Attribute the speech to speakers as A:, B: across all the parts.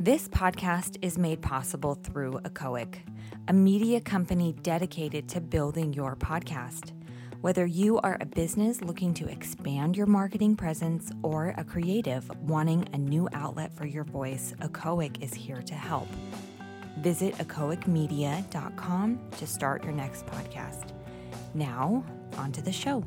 A: This podcast is made possible through Echoic, a media company dedicated to building your podcast. Whether you are a business looking to expand your marketing presence or a creative wanting a new outlet for your voice, Echoic is here to help. Visit echoicmedia.com to start your next podcast. Now, on to the show.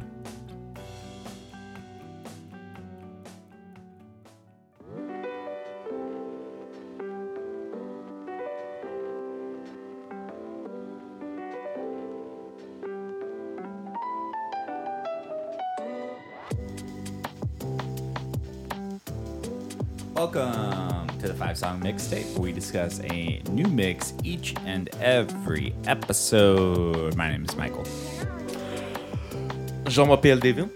B: Welcome to the Five Song Mixtape, where we discuss a new mix each and every episode. My name is Michael.
C: Jean m'appelle David.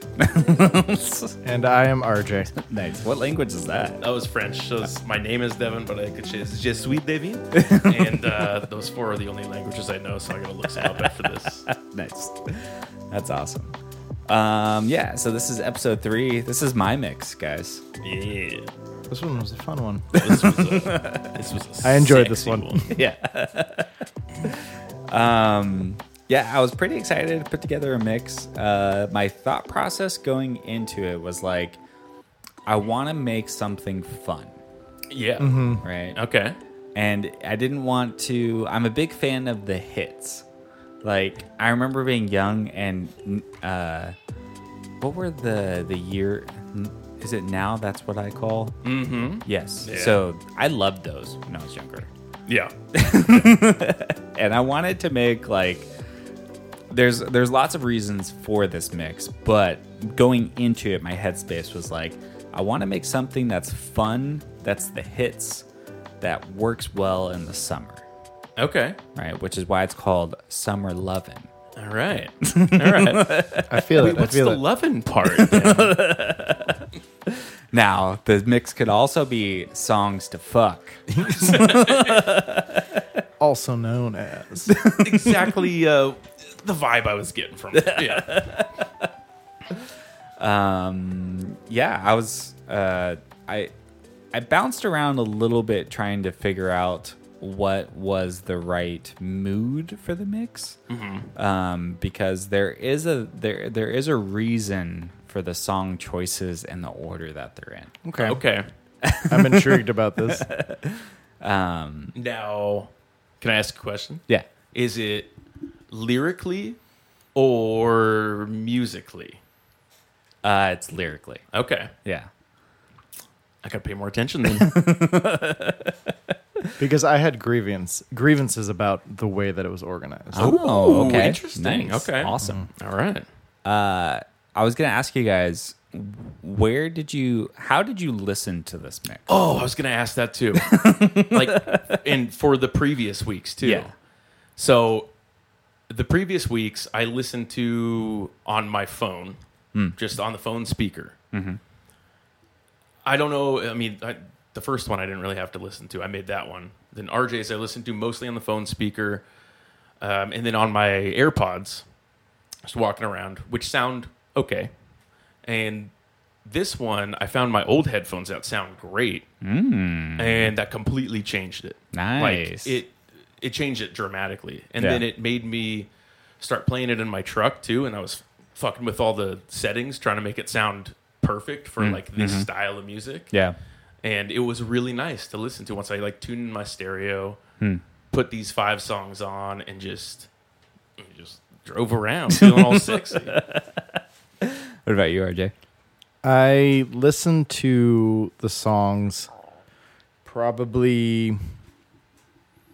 D: And I am RJ.
B: nice. What language is that?
C: That was French. So it's- my name is Devin, but I could say it's Je suis David. and uh, those four are the only languages I know, so I'm going to look some up after this.
B: Nice. That's awesome. Um, yeah, so this is episode three. This is my mix, guys.
C: Yeah.
D: This one was a fun one.
C: This was a, this was a
D: I enjoyed this
C: sexy
D: one.
B: Yeah. um, yeah, I was pretty excited to put together a mix. Uh, my thought process going into it was like, I want to make something fun,
C: Yeah.
D: Mm-hmm.
B: right?
C: Okay.
B: and I didn't want to. I'm a big fan of the hits. Like I remember being young and uh, what were the the year? Is it now? That's what I call. Mm-hmm. Yes.
C: Yeah.
B: So I loved those when I was younger,
C: Yeah.
B: and I wanted to make like there's there's lots of reasons for this mix, but going into it, my headspace was like, I want to make something that's fun, that's the hits, that works well in the summer
C: Okay.
B: right? Which is why it's called Summer Lovin'.
C: All right. All right.
D: I feel it. I
C: What's the
D: feel it.
C: loving part? then?
B: Now, the mix could also be songs to fuck.
D: also known as.
C: exactly uh, the vibe I was getting from it. Yeah.
B: Yeah, I was uh I I bounced around a little bit trying to figure out what was the right mood for the mix. Um because there is a there there is a reason for the song choices and the order that they're in.
D: Okay.
C: Okay.
D: I'm intrigued about this.
C: Now, can I ask a question?
B: Yeah.
C: Is it lyrically or musically?
B: Uh it's lyrically.
C: Okay.
B: Yeah.
C: I gotta pay more attention then.
D: Because I had grievance grievances about the way that it was organized.
B: Oh, Mm-hmm.
C: interesting.
B: Nice.
C: Okay.
B: Awesome.
C: All right.
B: Uh, I was gonna ask you guys, where did you? How did you listen to this mix?
C: Oh, I was gonna ask that too. like, and for the previous weeks too.
B: Yeah.
C: So, the previous weeks I listened to on my phone, just on the phone speaker. I don't know. I mean, I, the first one I didn't really have to listen to. I made that one. Then RJ's I listened to mostly on the phone speaker, um, and then on my AirPods, just walking around, which sound okay. And this one, I found my old headphones that sound great, and that completely changed it.
B: Mm. Nice.
C: Like it, it changed it dramatically, and
B: Yeah.
C: then it made me start playing it in my truck too. And I was fucking with all the settings, trying to make it sound perfect
B: Mm.
C: for like this
B: Mm-hmm.
C: style of music.
B: Yeah,
C: And it was really nice to listen to once I like tuned in my stereo, put these five songs on, and just just drove around feeling all sexy.
B: What about you, RJ?
D: I listened to the songs probably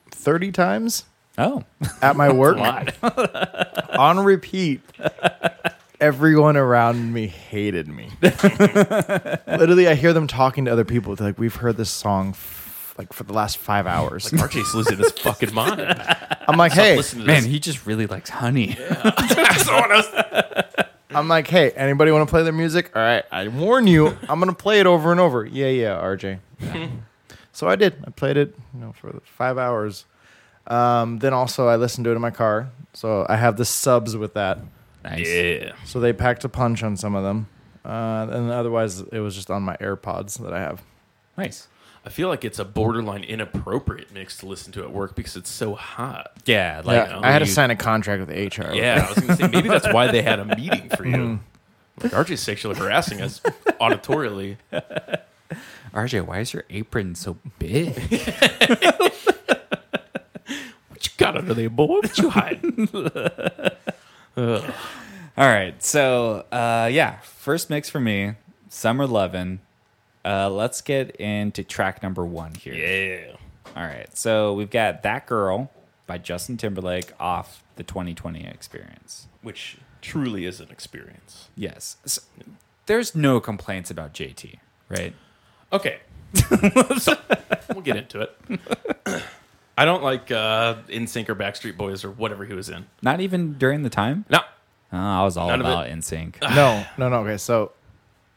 D: 30 times
B: Oh,
D: at my work. on repeat. Everyone around me hated me. Literally, I hear them talking to other people. They're like, "We've heard this song f- like for the last five hours."
C: RJ's losing his fucking mind.
D: I'm like, "Hey,
C: Listen to
B: man,
C: this.
B: he just really likes honey.
C: That's the one I was-
D: I'm like, hey, anybody want to play their music? All right, I warn you, I'm gonna play it over and over. Yeah, yeah, RJ. Yeah. so I did. I played it, you know, for five hours. Um, then also I listened to it in my car, so I have the subs with that.
B: Nice.
C: Yeah.
D: So they packed a punch on some of them, uh, and otherwise it was just on my AirPods that I have.
B: Nice.
C: I feel like it's a borderline inappropriate mix to listen to at work because it's so hot.
B: Yeah, like
D: Yeah, I had to
B: you-
D: sign a contract with HR.
C: oh, Yeah, I was gonna say maybe that's why they had a meeting for you. Like RJ's sexually harassing us auditorially.
B: RJ, why is your apron so big?
C: What you got under there, boy? What you hiding?
B: All right, so uh, yeah, first mix for me, Summer Lovin'. Uh, let's get into track number one here.
C: yeah.
B: All right, so we've got That Girl by Justin Timberlake off the 2020 experience.
C: Which truly is an experience.
B: Yes. S there's no complaints about JT, right?
C: Okay. So, we'll get into it. I don't like uh InSync or Backstreet Boys or whatever he was in.
B: Not even during the time?
C: No.
B: Oh, I was all
C: None of
B: about NSYNC.
D: No, no, no. Okay, so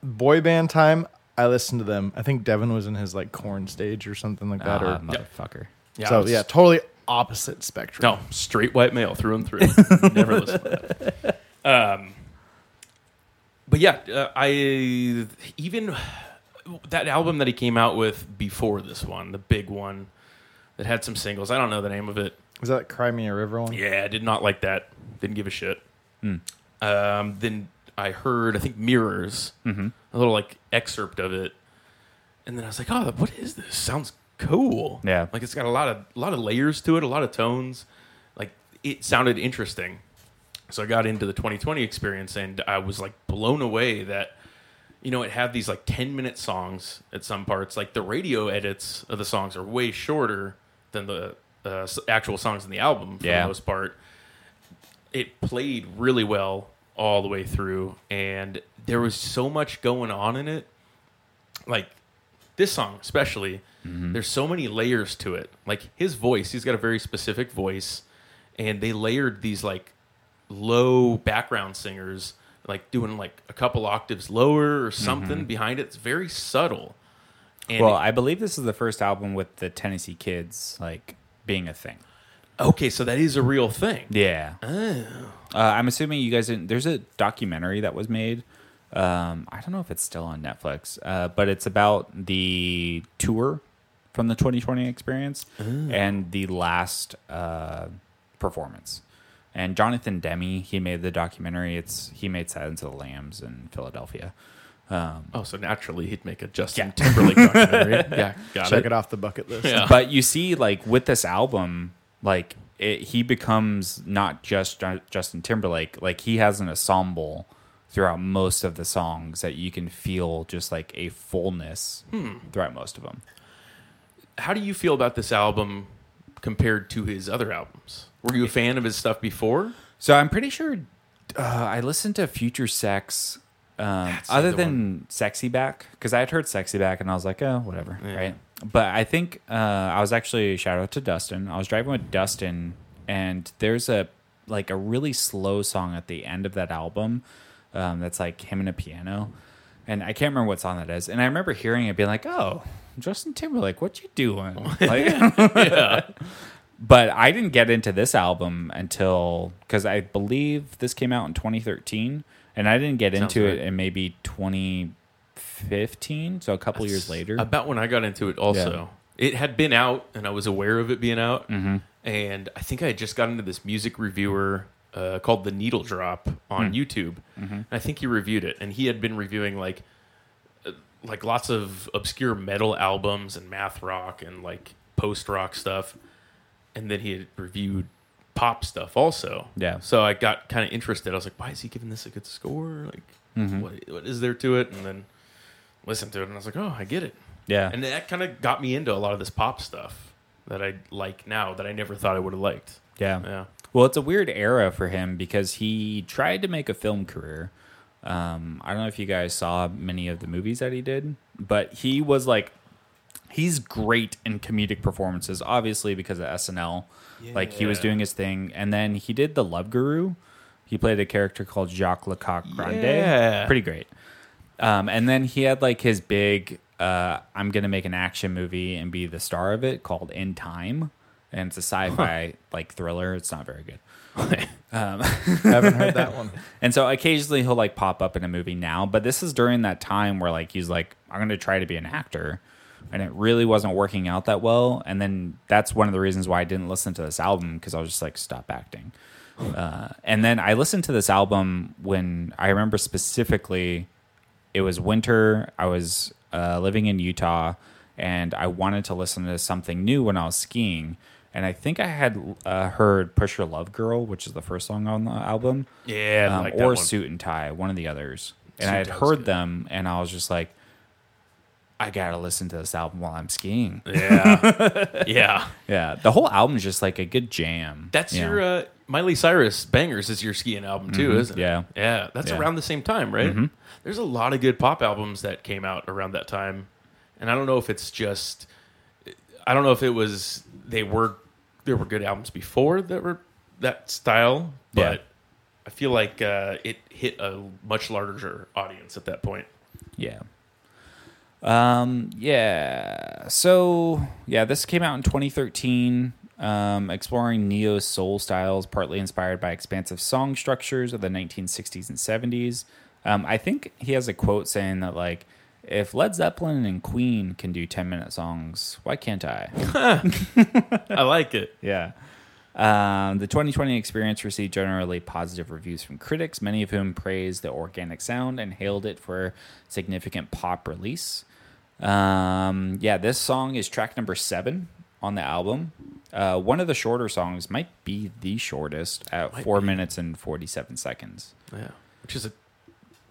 D: boy band time. I listened to them. I think Devin was in his like corn stage or something like that.
B: Ah,
D: or
B: motherfucker.
C: Yeah, I
D: so
C: was-
D: yeah, totally opposite spectrum.
C: No, straight white male through and through. Never listen to that. Um, but yeah, uh, I even that album that he came out with before this one, the big one that had some singles. I don't know the name of it.
D: Is that Cry Me a River one?
C: Yeah, I did not like that. Didn't give a shit. Um, then I heard, I think Mirrors, a little like excerpt of it, and then I was like, oh, what is this? Sounds cool.
B: Yeah.
C: like it's got a lot of a lot of layers to it, a lot of tones. Like it sounded interesting. So I got into the 2020 experience, and I was like blown away that. You know, it had these like 10 minute songs at some parts. Like the radio edits of the songs are way shorter than the uh, s- actual songs in the album for
B: Yeah.
C: the most part it played really well all the way through and there was so much going on in it like this song especially there's so many layers to it like his voice he's got a very specific voice and they layered these like low background singers like doing like a couple octaves lower or something behind it it's very subtle and
B: Well, I believe this is the first album with the Tennessee Kids like being a thing.
C: okay so that is a real thing
B: Yeah. Oh. Uh, I'm assuming you guys didn't. There's a documentary that was made. Um, I don't know if it's still on Netflix, uh, but it's about the tour from the 2020 experience and the last uh, performance. And Jonathan Demi, he made the documentary. It's he made Silence of the Lambs in Philadelphia.
C: oh so naturally he'd make a justin timberlake documentary yeah got
D: Check it off the bucket list.
C: Yeah.
B: but you see like with this album like it, he becomes not just Ju- justin timberlake like he has an ensemble throughout most of the songs that you can feel just like a fullness throughout most of them
C: how do you feel about this album compared to his other albums? Were you a fan of his stuff before?
B: so i'm pretty sure uh, i listened to future sex um,
C: That's the
B: other
C: other
B: than sexy back because i had heard sexy back and i was like oh whatever right but i think uh, i was actually shout out to dustin i was driving with dustin and there's a like a really slow song at the end of that album um, that's like him and a piano and i can't remember what song that is and i remember hearing it being like oh justin timberlake what you doing like, but I didn't get into this album until because I believe this came out in 2013, and I didn't get
C: Sounds
B: into
C: right.
B: it in maybe 2015, so a couple years later.
C: About when I got into it, also, it had been out, and I was aware of it being out.
B: Mm-hmm.
C: And I think I had just got into this music reviewer uh, called The Needle Drop on
B: Hmm.
C: YouTube.
B: Mm-hmm.
C: And I think he reviewed it, and he had been reviewing like uh, like lots of obscure metal albums and math rock and like post rock stuff. And then he had reviewed pop stuff also.
B: Yeah.
C: So I got kind of interested. I was like, why is he giving this a good score? Like,
B: Mm-hmm.
C: what, what is there to it? And then listened to it, and I was like, oh, I get it.
B: yeah,
C: And that kind of got me into a lot of this pop stuff that I like now that I never thought I would have liked.
B: yeah,
C: Yeah.
B: Well, it's a weird era for him because he tried to make a film career. Um, I don't know if you guys saw many of the movies that he did, but he was like, he's great in comedic performances, obviously because of SNL. Like he was
C: Yeah.
B: doing his thing, and then he did the Love Guru. He played a character called Jacques Lecoq Grande.
C: Yeah.
B: Pretty great. Um, and then he had like his big, uh, I'm going to make an action movie and be the star of it called In Time. And it's a sci fi like thriller. It's not very good. Um,
D: Haven't heard that one.
B: And so occasionally he'll like pop up in a movie now, but this is during that time where like he's like, I'm going to try to be an actor. and it really wasn't working out that well. And then that's one of the reasons why I didn't listen to this album because I was just like, stop acting. Uh, and then I listened to this album when I remember specifically it was winter. I was uh, living in Utah, and I wanted to listen to something new when I was skiing. And I think I had uh, heard "Push Your Love Girl," which is the first song on the album,
C: Yeah, I
B: um,
C: like that
B: or
C: one.
B: "Suit and Tie," one of the others. And
C: Suit
B: I had
C: Tie was
B: heard
C: good.
B: them, and I was just like, "I gotta listen to this album while I'm skiing."
C: Yeah, yeah.
B: Yeah, the whole album is just like a good jam.
C: That's
B: you
C: your
B: know?
C: uh, Miley Cyrus bangers is your skiing album too, isn't
B: Mm-hmm.
C: it?
B: Yeah.
C: yeah. That's
B: Yeah. Mm-hmm.
C: around the same time, right? There's a lot of good pop albums that came out around that time, and I don't know if it's just, I don't know if it was they were there were good albums before that were that style,
B: Yeah.
C: but I feel like uh, it hit a much larger audience at that point.
B: yeah. Um, yeah. So, yeah, this came out in 2013, um, exploring neo soul styles, partly inspired by expansive song structures of the 1960s and 70s. Um, I think he has a quote saying that, like, if Led Zeppelin and Queen can do 10 minute songs, why can't I?
C: I like it.
B: Yeah. Um, the 2020 experience received generally positive reviews from critics, many of whom praised the organic sound and hailed it for significant pop release. Um, yeah, this song is track number seven on the album. Uh, one of the shorter songs might be the shortest at four minutes and 47 seconds.
C: Yeah, which is a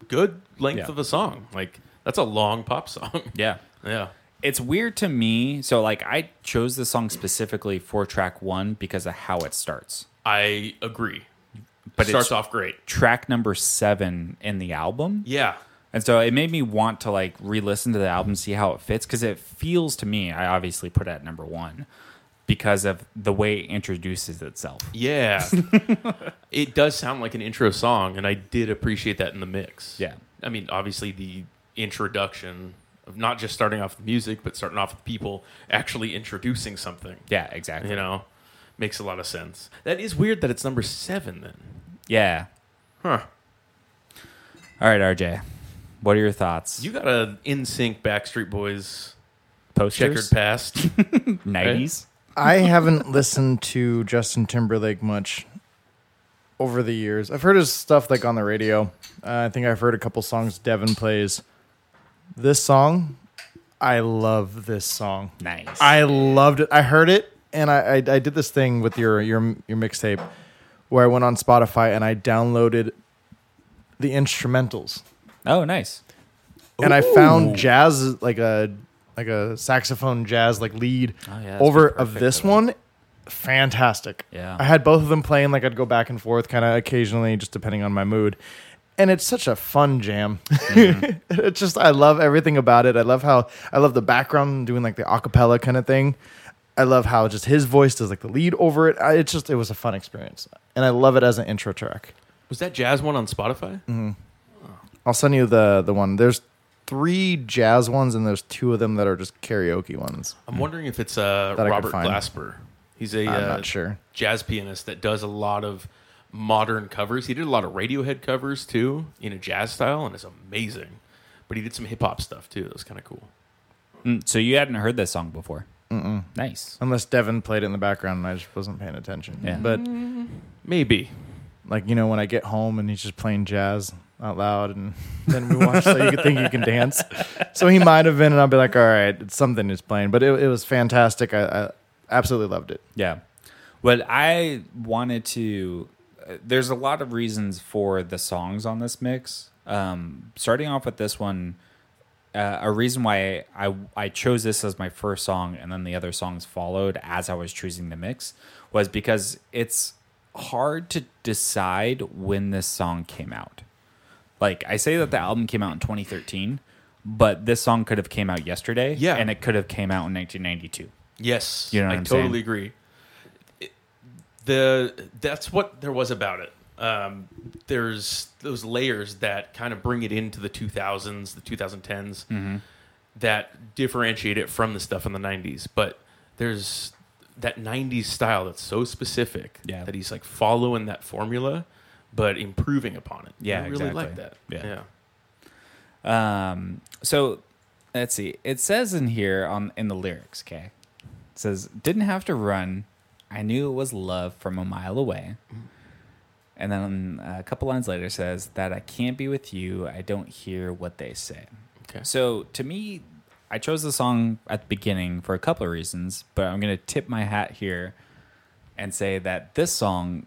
C: good length
B: Yeah.
C: of a song. Like that's a long pop song.
B: Yeah.
C: yeah.
B: It's weird to me. So, like, I chose this song specifically for track one because of how it starts.
C: I agree.
B: But it's-
C: But it starts off great.
B: Track number seven in the album.
C: Yeah.
B: And so it made me want to like re-listen to the album, see how it fits, because it feels to me. I obviously put it at number one because of the way it introduces itself.
C: Yeah. it does sound like an intro song, and I did appreciate that in the mix.
B: Yeah.
C: I mean, obviously, the introduction of not just starting off with music, but starting off with people actually introducing something,
B: Yeah, exactly.
C: you know, makes a lot of sense. That is weird that it's number seven then.
B: Yeah.
C: Huh.
B: All right, RJ. What are your thoughts?
C: You got a in sync Backstreet Boys checkered
B: Posters,
C: past.
B: nineties.
D: I haven't listened to Justin Timberlake much over the years. I've heard his stuff like on the radio. Uh, I think I've heard a couple songs Devin plays. This song, I love this song.
B: Nice.
D: I loved it. I heard it, and I, I, I did this thing with your your your mixtape, where I went on Spotify and I downloaded the instrumentals,
B: oh, nice.
D: and I found jazz like a like a saxophone jazz like lead
B: Oh, yeah, that's
D: over
B: perfect
D: of this
B: for that.
D: one. Fantastic.
B: Yeah.
D: I had both of them playing. Like I'd go back and forth, kind of occasionally, just depending on my mood. And it's such a fun jam.
B: Mm-hmm.
D: it's just I love everything about it. I love how I love the background doing like the acapella kind of thing. I love how just his voice does like the lead over it. I, it's just it was a fun experience, and I love it as an intro track.
C: Was that jazz one on Spotify?
D: Mm-hmm. I'll send you the the one. There's three jazz ones, and there's two of them that are just karaoke ones.
C: I'm wondering if it's uh,
D: That I could
C: Robert
D: find.
C: Glasper. He's a
D: I'm
C: uh,
D: not sure.
C: jazz pianist that does a lot of modern covers. He did a lot of Radiohead covers too in a jazz style, and it's amazing. But he did some hip hop stuff too. That was kind of cool.
B: Mm, so you hadn't heard this song before. Mm-mm. Nice.
D: Unless Devin played it in the background, and I just wasn't paying attention.
B: Yeah.
D: But
C: Maybe
D: like you know when I get home and he's just playing jazz out loud, and then we watch so you can think you can dance. So he might have been, and I'll be like, all right, it's something he's playing. But it, it was fantastic. I, I absolutely loved it.
B: Yeah. Well, I wanted to. uh, There's a lot of reasons for the songs on this mix. Um, starting off with this one, uh, a reason why I I chose this as my first song, and then the other songs followed as I was choosing the mix, was because it's hard to decide when this song came out. Like I say that the album came out in 2013, but this song could have came out yesterday,
C: Yeah.
B: and it could have came out in 1992.
C: yes,
B: You know what
C: I
B: I'm
C: totally
B: saying?
C: agree. It- the that's what there was about it. Um, there's those layers that kind of bring it into the 2000s, the 2010s.
B: Mm-hmm.
C: that differentiate it from the stuff in the 90s but there's that 90s style that's so specific
B: Yeah.
C: that he's like following that formula but improving upon it
B: Yeah,
C: i really
B: exactly.
C: like that
B: Yeah. Um, so Let's see. It says in here on in the lyrics, okay? It says, "Didn't have to run. I knew it was love from a mile away." And then uh, a couple lines later says that I can't be with you. I don't hear what they say.
C: Okay.
B: So to me, I chose the song at the beginning for a couple of reasons, but I'm gonna tip my hat here and say that this song,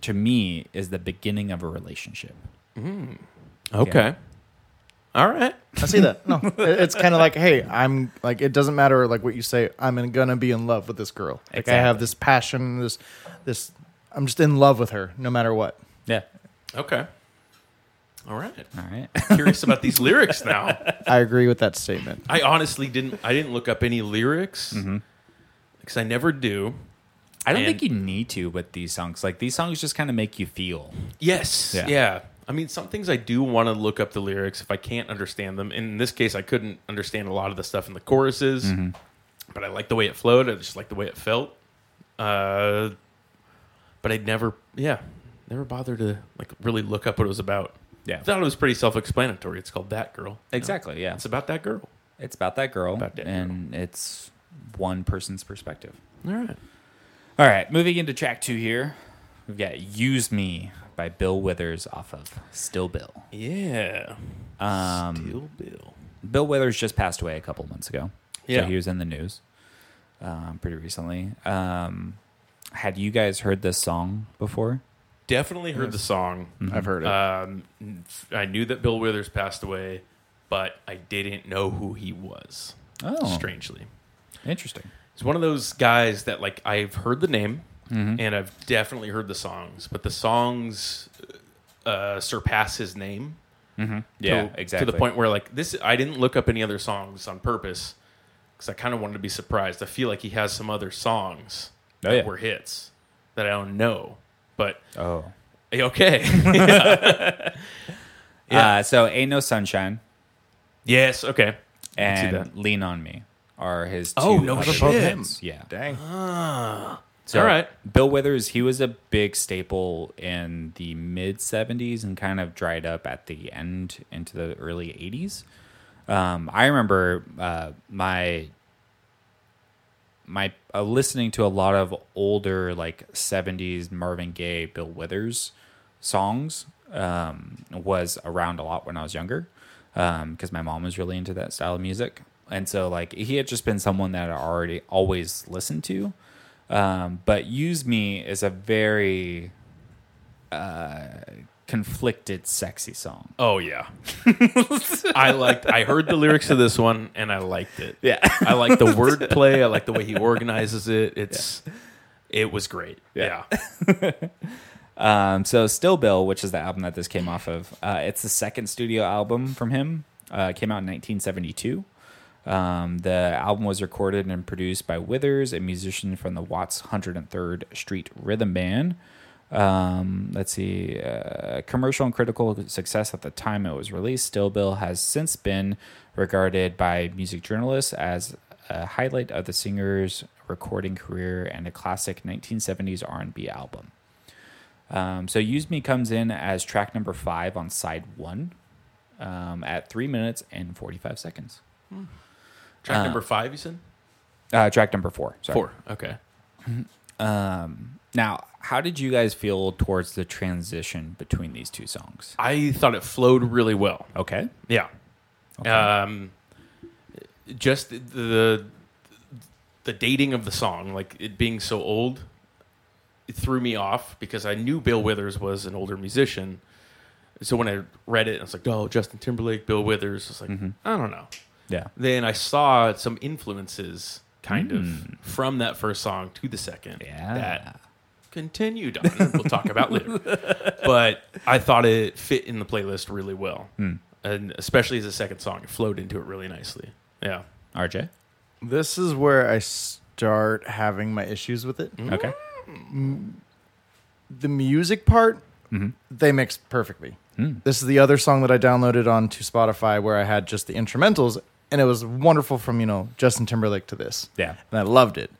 B: to me, is the beginning of a relationship.
C: Okay. All right.
D: I see that. No, It- it's kind of like, hey, I'm like, it doesn't matter like what you say. I'm in- gonna be in love with this girl. Like I have
B: Exactly.
D: this passion, this, this. I'm just in love with her, no matter what.
B: Yeah.
C: Okay. All right.
B: All right.
C: Curious about these lyrics now.
D: I agree with that statement.
C: I honestly didn't. I didn't look up any lyrics
B: Mm-hmm.
C: because I never do.
B: I don't
C: And-
B: think you need to with these songs. Like these songs just kind of make you feel.
C: Yes.
B: Yeah.
C: Yeah. I mean, some things I do want to look up the lyrics if I can't understand them. And in this case, I couldn't understand a lot of the stuff in the choruses,
B: Mm-hmm.
C: but I like the way it flowed. I just like the way it felt. Uh, but I'd never, yeah, never bothered to like really look up what it was about.
B: Yeah.
C: I thought it was pretty self-explanatory. It's called That Girl.
B: Exactly. Yeah.
C: It's about that girl.
B: It's about that girl,
C: About that
B: and it's one person's perspective.
C: All right.
B: All right, moving into track two here, we've got "Use Me" by Bill Withers off of Still Bill.
C: Yeah.
B: Um,
C: Steel Bill.
B: Bill Withers just passed away a couple months ago.
C: Yeah.
B: So he was in the news um, pretty recently. Um, had you guys heard this song before?
C: Definitely heard the song.
D: I've Mm-hmm. heard it.
C: Um, I knew that Bill Withers passed away, but I didn't know who he was.
B: Oh.
C: Strangely,
B: Interesting.
C: he's one of those guys that like I've heard the name and I've definitely heard the songs, but the songs uh, surpass his name.
B: Yeah,
C: to,
B: exactly.
C: To the point where like this, I didn't look up any other songs on purpose because I kind of wanted to be surprised. I feel like he has some other songs
B: Oh,
C: that
B: yeah.
C: were hits that I don't know, but eh,
B: Oh.
C: okay, Yeah.
B: Uh, so "Ain't No Sunshine"
C: yes, okay. I can see that.
B: and "Lean on Me" are his. two
C: Oh, no
B: other
C: shit.
B: hits. Yeah.
D: Dang.
B: So,
C: All right.
B: Bill Withers, he was a big staple in the mid 70s and kind of dried up at the end into the early 80s. Um, I remember uh, my my uh, listening to a lot of older like 70s Marvin Gaye, Bill Withers songs um, was around a lot when I was younger because my mom was really into that style of music. And so like he had just been someone that I already always listened to. Um, but Use Me is a very uh, conflicted sexy song.
C: Oh yeah, I liked. I heard the lyrics of this one and I liked it.
B: Yeah.
C: I like the wordplay. I like the way he organizes it. It's it was great. Yeah,
B: Um, so Still Bill, which is the album that this came off of, uh, it's the second studio album from him. Uh, it came out in 1972. Um, the album was recorded and produced by Withers, a musician from the Watts 103rd Street Rhythm Band. Um, let's see, uh, commercial and critical success at the time it was released. Still Bill has since been regarded by music journalists as a highlight of the singer's recording career and a classic 1970s R&B album. Um, so Use Me comes in as track number five on side one um, at three minutes and 45 seconds.
C: track number five. You said
B: Uh, track number four. Sorry.
C: four. Okay.
B: Now, how did you guys feel towards the transition between these two songs?
C: I thought it flowed really well.
B: Okay.
C: Yeah. Um, just the the dating of the song, like it being so old, it threw me off because I knew Bill Withers was an older musician. So when I read it, I was like, "Oh, Justin Timberlake, Bill Withers." I was like, "I don't know."
B: Yeah.
C: Then I saw some influences, kind of, from that first song to the second.
B: Yeah.
C: That continued on. we'll talk about later. But I thought it fit in the playlist really well,
B: Hmm.
C: and especially as a second song, it flowed into it really nicely. Yeah.
B: RJ?
D: This is where I start having my issues with it.
B: Okay.
D: The music part, they mix perfectly. This is the other song that I downloaded onto Spotify where I had just the instrumentals, and it was wonderful from, you know, Justin Timberlake to this.
B: Yeah.
D: And I loved it.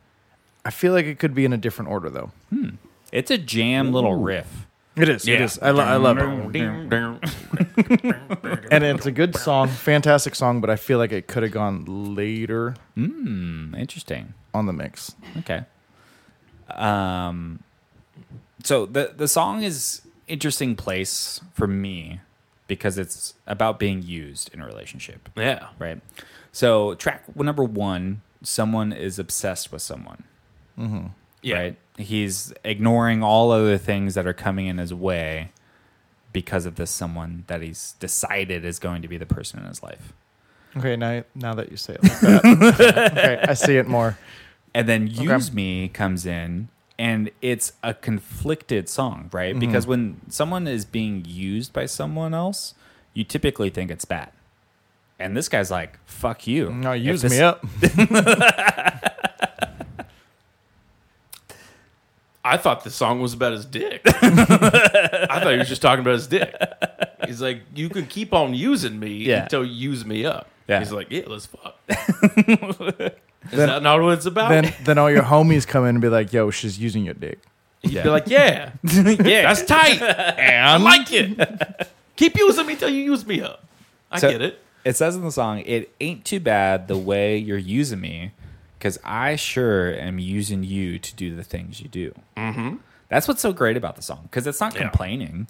D: I feel like it could be in a different order, though.
B: It's a jam little riff.
D: It is. It
C: Yeah.
D: is. I, lo- I love it. And it's a good song, fantastic song, but I feel like it could have gone later
B: Mm, Interesting.
D: on the mix.
B: Okay. Um so the the song is interesting place for me because it's about being used in a relationship,
C: yeah.
B: right? So track number 1, someone is obsessed with someone,
C: Yeah.
B: right? He's ignoring all other things that are coming in his way because of this someone that he's decided is going to be the person in his life.
D: Okay, now now that you say it like that, okay, I see it more.
B: and then use me comes in and it's a conflicted song right
D: Mm-hmm.
B: because when someone is being used by someone else you typically think it's bad and this guy's like fuck you
D: No,
B: If
D: use
B: this-
D: me up.
C: I thought the song was about his dick. I thought he was just talking about his dick. He's like, you can keep on using me
B: Yeah.
C: until you use me up.
B: Yeah.
C: He's like, yeah, let's fuck. Is that not what it's about?
D: Then then all your homies come in and be like, "Yo, she's using your dick."
B: yeah.
C: They're like, yeah, yeah, that's tight. I like it. Keep using me till you use me up. I
B: So-
C: get it.
B: it says in the song it ain't too bad the way you're using me because i sure am using you to do the things you do mm-hmm. that's what's so great about the song because it's not
C: Yeah.
B: complaining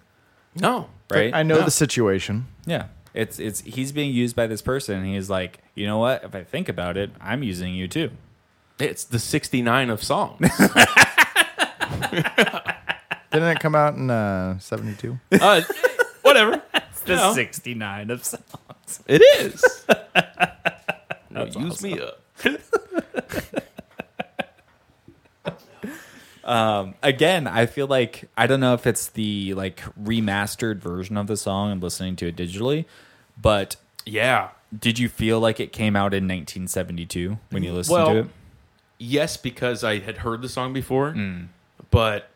C: No,
B: right
D: I know
C: Yeah.
D: the situation.
B: Yeah. It's it's he's being used by this person and he's like, you know what? If I think about it, I'm using you too.
C: it's the '69 of songs.
D: Didn't it come out in uh, '72?
C: Uh, whatever. No,
B: sixty nine of songs.
C: it is. No, use me up.
B: Again, I feel like I don't know if it's the like remastered version of the song and listening to it digitally, but
C: Yeah.
B: did you feel like it came out in nineteen seventy two when you listened
C: Well,
B: to it?
C: yes, because I had heard the song before,
B: Mm.
C: but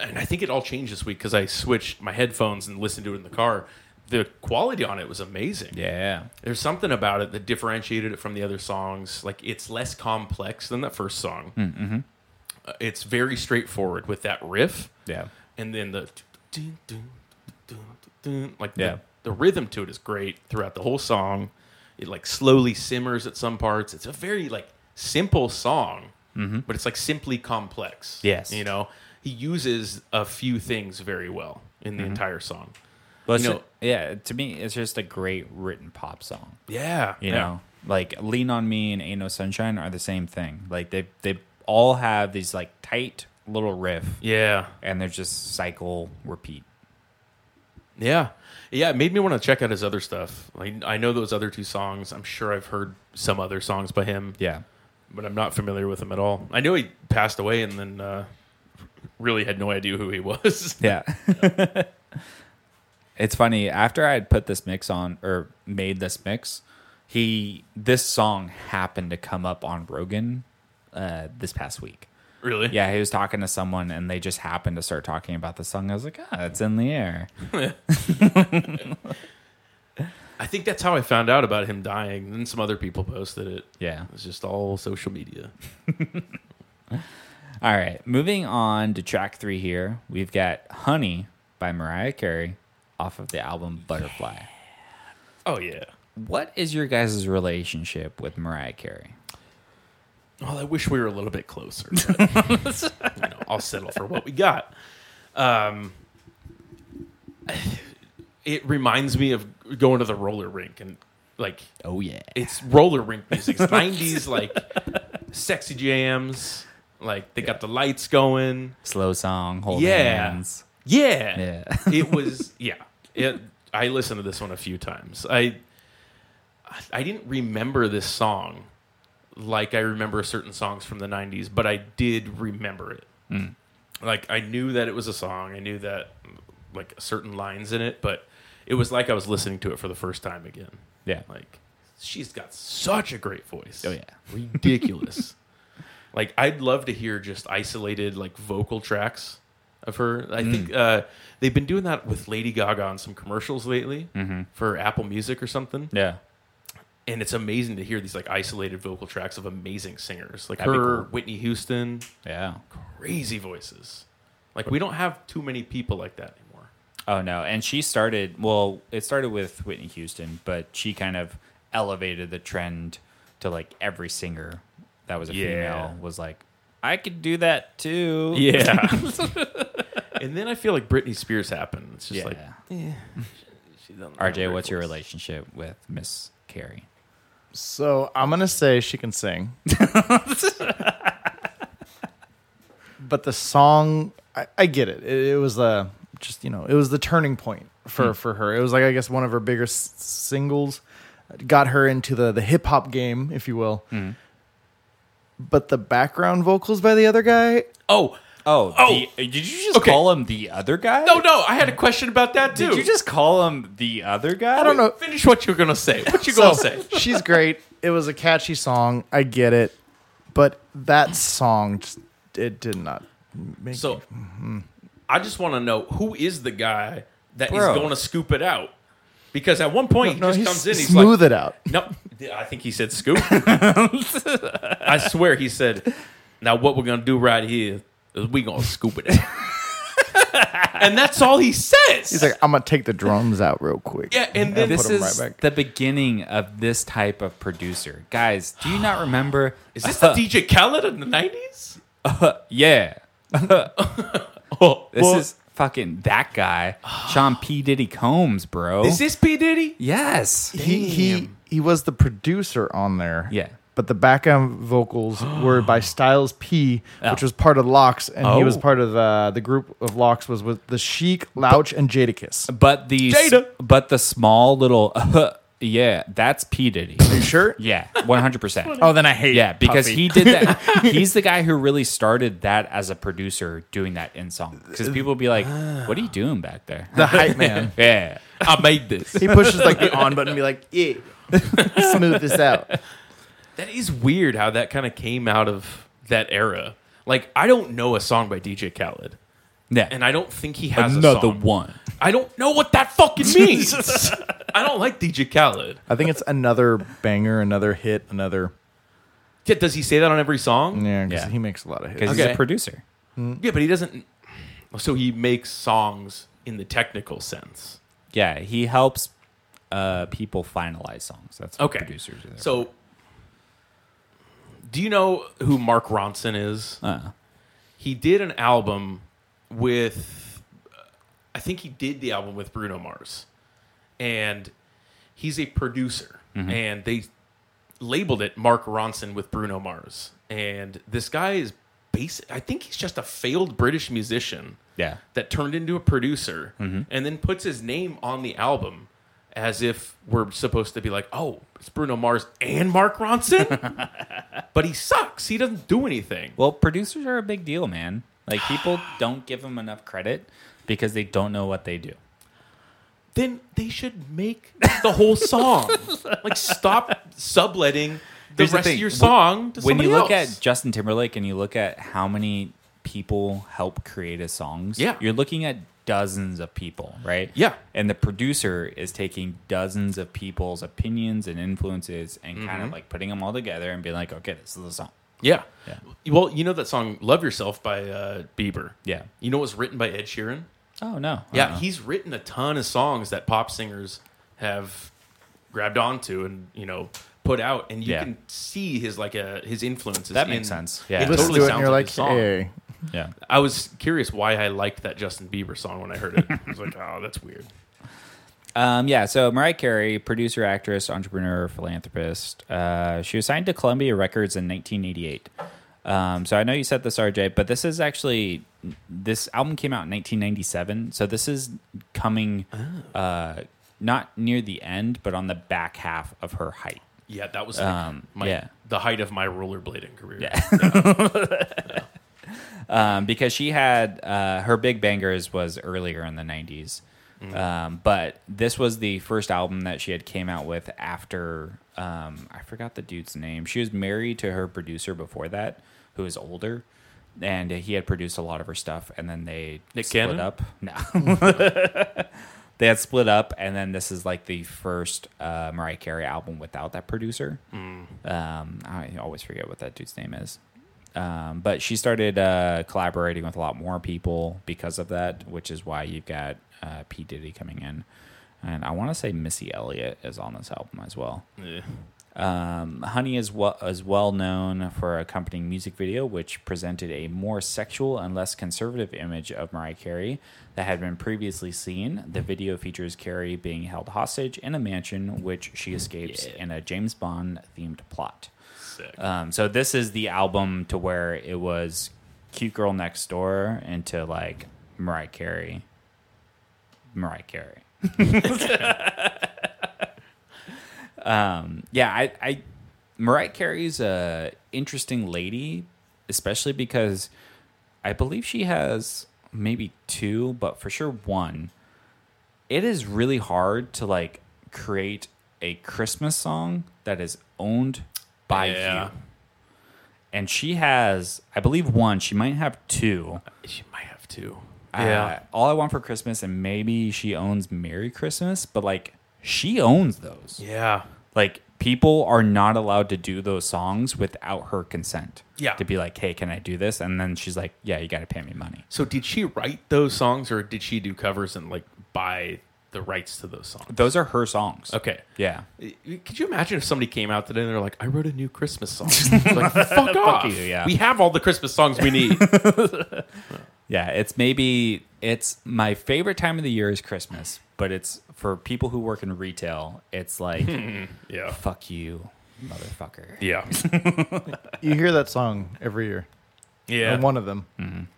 C: and I think it all changed this week because I switched my headphones and listened to it in the car. The quality on it was amazing.
B: Yeah.
C: There's something about it that differentiated it from the other songs. Like it's less complex than that first song.
B: Mm, mm-hmm.
C: Uh, it's very straightforward with that riff,
B: Yeah.
C: and then the dun, dun, dun, dun, like
B: Yeah.
C: the, the rhythm to it is great throughout the whole song. It like slowly simmers at some parts. It's a very like simple song, but it's like simply complex.
B: Mm-hmm. Yes.
C: you know he uses a few things very well in the
B: Mm-hmm.
C: entire song.
B: But
C: You
B: it's
C: know-
B: ju- yeah, to me it's just a great written pop song.
C: Yeah,
B: You
C: yeah.
B: know, like Lean on Me and Ain't No Sunshine are the same thing. Like they they all have these like tight little riff,
C: yeah.
B: and they're just cycle repeat.
C: Yeah. Yeah, it made me want to check out his other stuff. I, I know those other two songs. I'm sure I've heard some other songs by him,
B: Yeah,
C: but I'm not familiar with him at all. I knew he passed away and then uh, really had no idea who he was.
B: yeah. it's funny. After I had put this mix on or made this mix, he this song happened to come up on Rogan uh, this past week.
C: really?
B: Yeah, he was talking to someone, and they just happened to start talking about the song. I was like, ah, it's in the air.
C: I think that's how I found out about him dying. Then some other people posted it.
B: Yeah.
C: It's just all social media.
B: All right, moving on to track three here. We've got Honey by Mariah Carey off of the album Butterfly.
C: Oh, yeah.
B: What is your guys' relationship with Mariah Carey?
C: Well, I wish we were a little bit closer. but, you know, I'll settle for what we got. Um, it reminds me of going to the roller rink and like
B: Oh, yeah.
C: it's roller rink music. It's 90s like sexy jams. Like they got the lights going.
B: Slow song, hold
C: Yeah.
B: hands.
C: Yeah.
B: Yeah.
C: it was yeah. It, I listened to this one a few times. I I didn't remember this song like I remember certain songs from the 90s, but I did remember it. Like I knew that it was a song. I knew that like certain lines in it, but it was like I was listening to it for the first time again.
B: Yeah.
C: Like she's got such a great voice.
B: Oh, yeah.
C: Ridiculous. like I'd love to hear just isolated like vocal tracks of her. I think uh, they've been doing that with Lady Gaga on some commercials lately for Apple Music or something.
B: Yeah.
C: And it's amazing to hear these like isolated vocal tracks of amazing singers like
B: That'd be
C: her,
B: cool.
C: Whitney Houston,
B: Yeah.
C: crazy voices. Like we don't have too many people like that anymore.
B: Oh no! And she started. Well, it started with Whitney Houston, but she kind of elevated the trend to like every singer that was a
C: Yeah.
B: female was like, I could do that too.
C: Yeah. and then I feel like Britney Spears happened. It's just
B: Yeah.
C: like she doesn't have
B: RJ,
C: great
B: what's your
C: voice.
B: relationship with Miss Carrie?
D: So I'm gonna say she can sing, but the song, I, I get it. it. It was the just you know, it was the turning point for
C: Hmm.
D: for her. It was like I guess one of her bigger s- singles, got her into the the hip hop game, if you will.
C: Hmm.
D: But the background vocals by the other guy,
C: Oh,
B: Oh,
C: Oh!
B: the- did you just
C: Okay.
B: call him the other guy?
C: no, no. I had a question about that too.
B: Did you just call him the other guy?
D: I don't know.
C: finish what you're gonna say? What you gonna say?
D: she's great. It was a catchy song. I get it, but that song just it did not make
C: So I just want to know who is the guy that is
B: Bro.
C: going to scoop it out? Because at one point
D: no,
C: he
D: he's
C: just comes in, he's
D: smooth
C: like,
D: it out.
C: "No, I think he said scoop." I swear he said, "Now what we're gonna do right here is we gonna scoop it out," and that's all he says.
D: He's like, I'm gonna take the drums out real quick.
C: Yeah, and then
D: put
B: this
D: 'em
B: is
D: right back.
B: the beginning of this type of producer. Guys, do you not remember?
C: "Is this the DJ Khaled in the '90s?"
B: Yeah.
C: Oh,
B: This is fucking that guy, Sean P. Diddy Combs, bro.
C: is this P Diddy?
B: yes.
D: he he he was the producer on there.
B: Yeah.
D: But the background vocals were by Styles P, which was part of Locks, and he was
B: Oh.
D: part of uh, the group of Locks was with the Chic, Louch, and Jadakiss.
B: But the
C: Jada.
B: but the small little yeah, that's P. Diddy.
D: Are you sure?
B: Yeah, one hundred percent.
D: Oh, then I hate.
B: Yeah, because
D: Puffy.
B: he did that. He's the guy who really started that as a producer doing that in song. Because people would be like, "What are you doing back there?"
D: the hype man.
B: Yeah,
C: I made this.
D: he pushes like the on button and be like, yeah, smooth this out.
C: That is weird how that kind of came out of that era. Like, I don't know a song by DJ Khaled,
B: yeah.
C: and I don't think he has a
B: another
C: song.
B: one.
C: I don't know what that fucking means. I don't like DJ Khaled.
D: I think it's another banger, another hit, another.
C: Yeah, does he say that on every song?
D: Yeah, 'cause
B: Yeah.
D: he makes a lot of hits.
B: Because he's
C: Okay.
B: a producer.
C: Yeah, but he doesn't. So he makes songs in the technical sense.
B: Yeah, he helps uh, people finalize songs. That's what
C: Okay,
B: producers are there.
C: So, do you know who Mark Ronson is?
B: for. Uh,
C: he did an album with I think he did the album with Bruno Mars. And he's a producer and they labeled it Mark Ronson with Bruno Mars. And this guy is basic I think he's just a failed British musician
B: yeah.
C: that turned into a producer
B: Mm-hmm.
C: and then puts his name on the album as if we're supposed to be like, oh, it's Bruno Mars and Mark Ronson? but he sucks. He doesn't do anything.
B: Well, producers are a big deal, man. Like people don't give them enough credit because they don't know what they do.
C: then they should make the whole song. like stop subletting the
B: Here's the
C: rest
B: thing.
C: of your
B: When-
C: song to
B: when
C: somebody
B: you look
C: else.
B: at Justin Timberlake and you look at how many people help create his songs,
C: Yeah.
B: you're looking at dozens of people, right?
C: Yeah.
B: And the producer is taking dozens of people's opinions and influences and
C: Mm-hmm.
B: kind of like putting them all together and being like, okay, this is the song.
C: yeah. Well, you know that song "Love Yourself" by uh, Bieber.
B: Yeah.
C: You know it was written by Ed Sheeran.
B: Oh no.
C: Yeah,
B: Uh-uh.
C: he's written a ton of songs that pop singers have grabbed onto and you know put out, and you
B: Yeah.
C: can see his like uh, his influences.
B: That
C: in-
B: makes sense. Yeah.
C: it
B: Listen
C: totally
D: Listen to it
C: sounds
D: and you're
C: like,
D: like,
C: his song.
D: hey.
B: yeah.
C: I was curious why I liked that Justin Bieber song when I heard it. I was like, oh, that's weird.
B: Um, yeah, so Mariah Carey, producer, actress, entrepreneur, philanthropist. Uh, she was signed to Columbia Records in 1988. Um, so I know you said this, RJ, but this is actually this album came out in 1997. So this is coming uh, not near the end, but on the back half of her height.
C: Yeah, that was like
B: Um,
C: my,
B: yeah.
C: the height of my rollerblading career.
B: um, because she had uh, her big bangers was earlier in the 90s
C: Mm.
B: um, but this was the first album that she had came out with after um, i forgot the dude's name she was married to her producer before that who is older and he had produced a lot of her stuff and then they
C: Nick
B: split
C: Cannon?
B: up no they had split up and then this is like the first uh, mariah
C: Mm.
B: carey album without that producer um, i always forget what that dude's name is Um, but she started uh, collaborating with a lot more people because of that, which is why you've got uh, P Diddy coming in, and I want to say Missy Elliott is on this album as well.
C: Yeah.
B: Um, Honey is well, is well known for accompanying music video, which presented a more sexual and less conservative image of Mariah Carey that had been previously seen. The video features Carey being held hostage in a mansion, which she escapes in a James Bond themed plot.
C: Sick.
B: Um, so this is the album to where it was cute girl next door into like Mariah Carey, Mariah Carey. um, yeah, I, I Mariah Carey's a interesting lady, especially because I believe she has maybe two, but for sure one. It is really hard to like create a Christmas song that is owned by
C: Yeah.
B: you. And she has, I believe, one. She might have two.
C: She might have two.
B: Uh, all I want for Christmas, and maybe she owns Merry Christmas, but like she owns those.
C: yeah.
B: Like people are not allowed to do those songs without her consent.
C: Yeah.
B: To be like, hey, can I do this? And then she's like, yeah, you got to pay me money.
C: So did she write those songs, or did she do covers and like buy the rights to those songs?
B: Those are her songs.
C: Okay.
B: Yeah.
C: Could you imagine if somebody came out today and they're like, "I wrote a new Christmas song." like, fuck off.
B: you, yeah.
C: We have all the Christmas songs we need.
B: Yeah. It's maybe, it's my favorite time of the year is Christmas, but it's for people who work in retail, it's like,
C: yeah.
B: fuck you, motherfucker.
C: Yeah.
D: You hear that song every year.
C: Yeah.
D: Or one of them.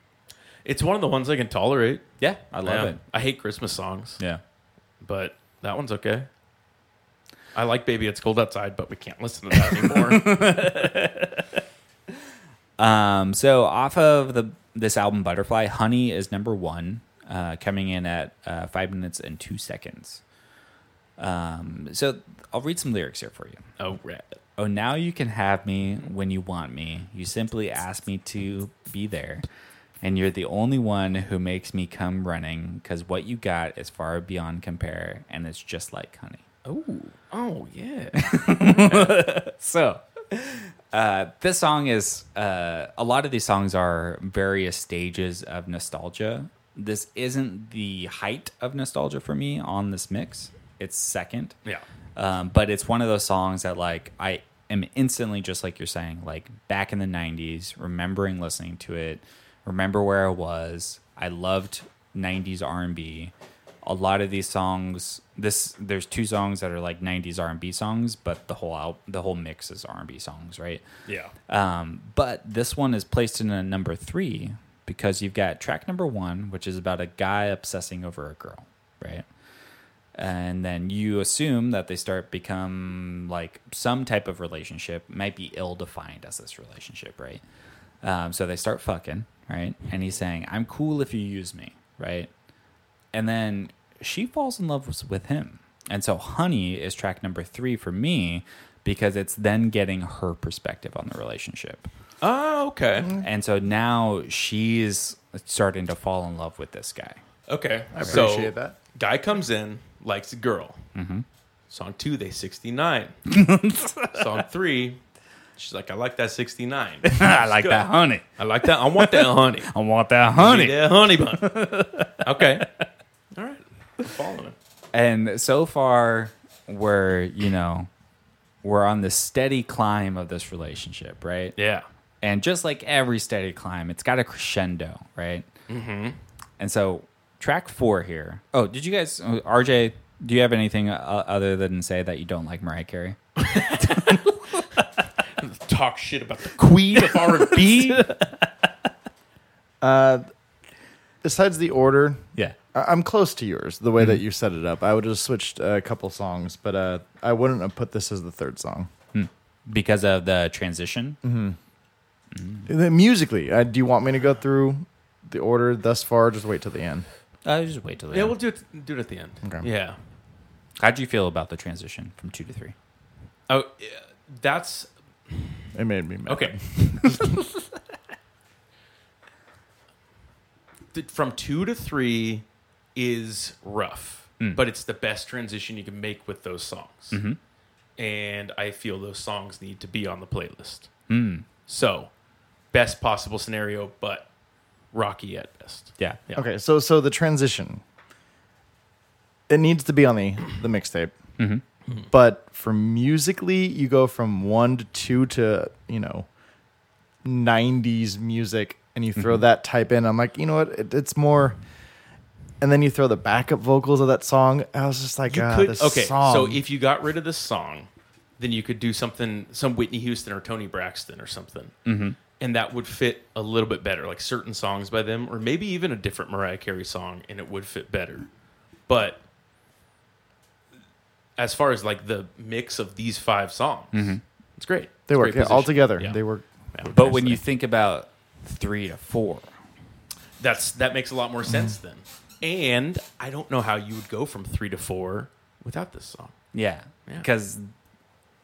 C: it's one of the ones I can tolerate.
B: Yeah. I love
C: Yeah.
B: it.
C: I hate Christmas songs,
B: Yeah.
C: but that one's okay. I like "Baby It's Cold Outside," but we can't listen to that anymore.
B: Um, so off of the this album Butterfly, Honey is number one, uh, coming in at uh, five minutes and two seconds. Um, so I'll read some lyrics here for you.
C: oh, rat.
B: Oh, now you can have me when you want me. You simply ask me to be there. And you're the only one who makes me come running because what you got is far beyond compare and it's just like honey.
C: Oh, oh yeah.
B: So, uh, this song is uh, a lot of these songs are various stages of nostalgia. This isn't the height of nostalgia for me on this mix. It's second.
C: Yeah.
B: Um, but it's one of those songs that like I am instantly just like you're saying, like back in the '90s, remembering listening to it, remember where I was. I loved '90s R&B. A lot of these songs, this there's two songs that are like '90s R&B songs, but the whole out the whole mix is R&B songs, right?
C: Yeah.
B: Um, but this one is placed in a number three because you've got track number one, which is about a guy obsessing over a girl, right? And then you assume that they start become like some type of relationship, might be ill defined as this relationship, right? Um, so they start fucking, right? And he's saying, "I'm cool if you use me," right? and then she falls in love with, with him. And so Honey is track number three for me because it's then getting her perspective on the relationship.
C: Oh, okay.
B: And so now she's starting to fall in love with this guy.
C: Okay. I
D: appreciate that.
C: Guy comes in, likes a girl. Mm-hmm. Song two, they 69. Song three, she's like, I like that 69.
B: I like that honey.
C: I like that. I want that honey.
B: I want that
C: Need that honey bun. Okay. All right. I'm following.
B: And so far, we're, you know, we're on the steady climb of this relationship, right?
C: Yeah.
B: And just like every steady climb, it's got a crescendo, right? Mm-hmm. And so, track four here. Oh, did you guys, uh, RJ, do you have anything uh, other than say that you don't like Mariah Carey?
C: Talk shit about the queen of R&B.
D: Uh, Besides the order,
B: Yeah.
D: I- I'm close to yours, the way that you set it up. I would have switched a couple songs, but uh, I wouldn't have put this as the third song.
B: Because of the transition?
D: And then musically, uh, do you want me to go through the order thus far? or Just wait till the end.
B: Uh, just wait till the
C: yeah,
B: end.
C: we'll do it, do it at the end.
D: Okay.
C: Yeah.
B: How'd you feel about the transition from two to three?
C: Oh, yeah, that's
D: It made me mad.
C: Okay. Th- From two to three is rough, but it's the best transition you can make with those songs. And I feel those songs need to be on the playlist. So, best possible scenario, but rocky at best.
B: Yeah.
C: Yeah.
D: Okay, so so the transition. It needs to be on the the mixtape.
C: Mm-hmm.
D: But for musically, you go from one to two to you know, '90s music, and you
C: Mm-hmm.
D: throw that type in. I'm like, you know what? It, it's more. And then you throw the backup vocals of that song. I was just like,
C: You
D: ah,
C: could
D: this
C: okay.
D: song.
C: So if you got rid of this song, then you could do something, some Whitney Houston or Tony Braxton or something, mm-hmm. and that would fit a little bit better, like certain songs by them, or maybe even a different Mariah Carey song, and it would fit better. But as far as like the mix of these five songs, it's great.
D: Mm-hmm. they
C: It's
D: work
C: great
D: yeah, all
C: position.
D: together,
C: Yeah.
D: they work.
B: But when you think about three to four,
C: That's that makes a lot
D: Mm-hmm.
C: more sense then. And I don't know how you would go from three to four without this song.
B: yeah,
C: Yeah.
B: because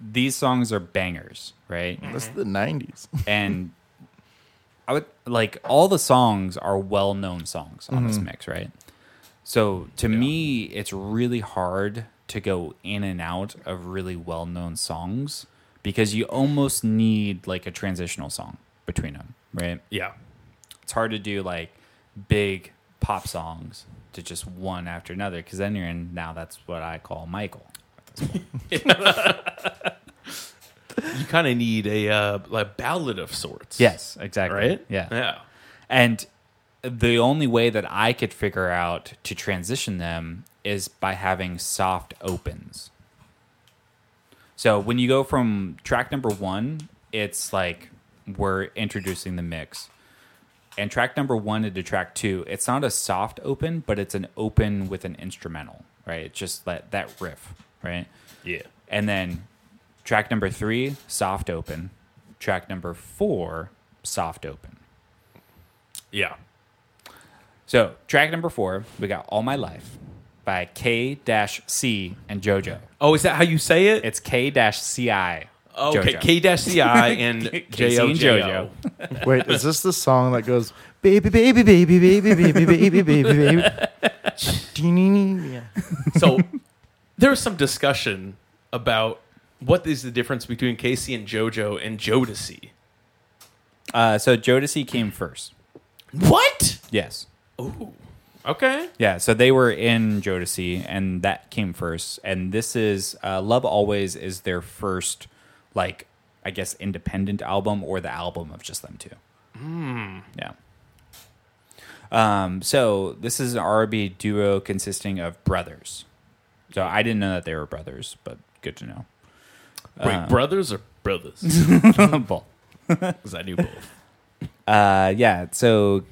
B: these songs are bangers, right?
D: This is the '90s.
B: and I would like all the songs are well known songs on this mix, right? So to me, it's really hard to go in and out of really well known songs because you almost need like a transitional song between them, right?
C: Yeah.
B: It's hard to do like big pop songs to just one after another because then you're in now that's what I call Michael.
C: you kind of need a uh, like ballad of sorts.
B: Yes, exactly.
C: Right.
B: Yeah.
C: Yeah.
B: And the only way that I could figure out to transition them is by having soft opens. So when you go from track number one, it's like we're introducing the mix. And track number one into track two, it's not a soft open, but it's an open with an instrumental, right? It's just that, that riff, right?
C: Yeah.
B: And then track number three, soft open. Track number four, soft open.
C: Yeah.
B: So, track number four, we got All My Life by K C and JoJo.
C: Oh, is that how you say it?
B: It's K CI.
C: okay.
B: JoJo.
C: K dash C I and J
B: Casey
C: O
B: and
C: J
B: JoJo.
C: O.
D: Wait, is this the song that goes baby, baby, baby, baby, baby, baby, baby, baby? Yeah.
C: So there was some discussion about what is the difference between Casey and JoJo and Jodeci.
B: Uh, so, Jodeci came first.
C: What?
B: Yes.
C: Okay.
B: Yeah. So, they were in Jodeci and that came first. And this is uh, Love Always is their first, like, I guess, independent album or the album of just them two. Yeah. Um, so this is an RB duo consisting of brothers. So I didn't know that they were brothers, but good to know.
C: Wait, brothers or brothers? Because
B: Uh. Both.
C: I knew both.
B: Uh, yeah. So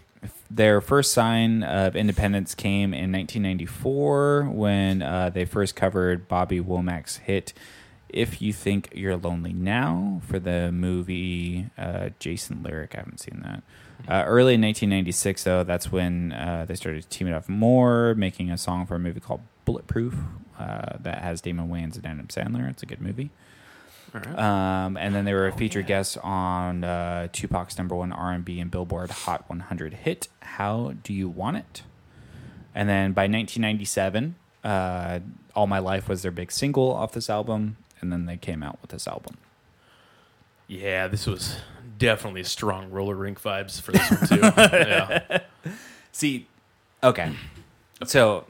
B: their first sign of independence came in 1994 when uh, they first covered Bobby Womack's hit "If You Think You're Lonely Now" for the movie uh, Jason Lyric. I haven't seen that. Uh, early in 1996, though, that's when uh, they started teaming up more, making a song for a movie called Bulletproof uh, that has Damon Wayans and Adam Sandler. It's a good movie. Um, and then they were a featured guest on uh, Tupac's number one R&B and Billboard Hot 100 hit "How Do You Want It." And then by 1997, uh, "All My Life" was their big single off this album, and then they came out with this album.
C: Yeah, this was definitely strong roller rink vibes for this one too. yeah.
B: See, okay, so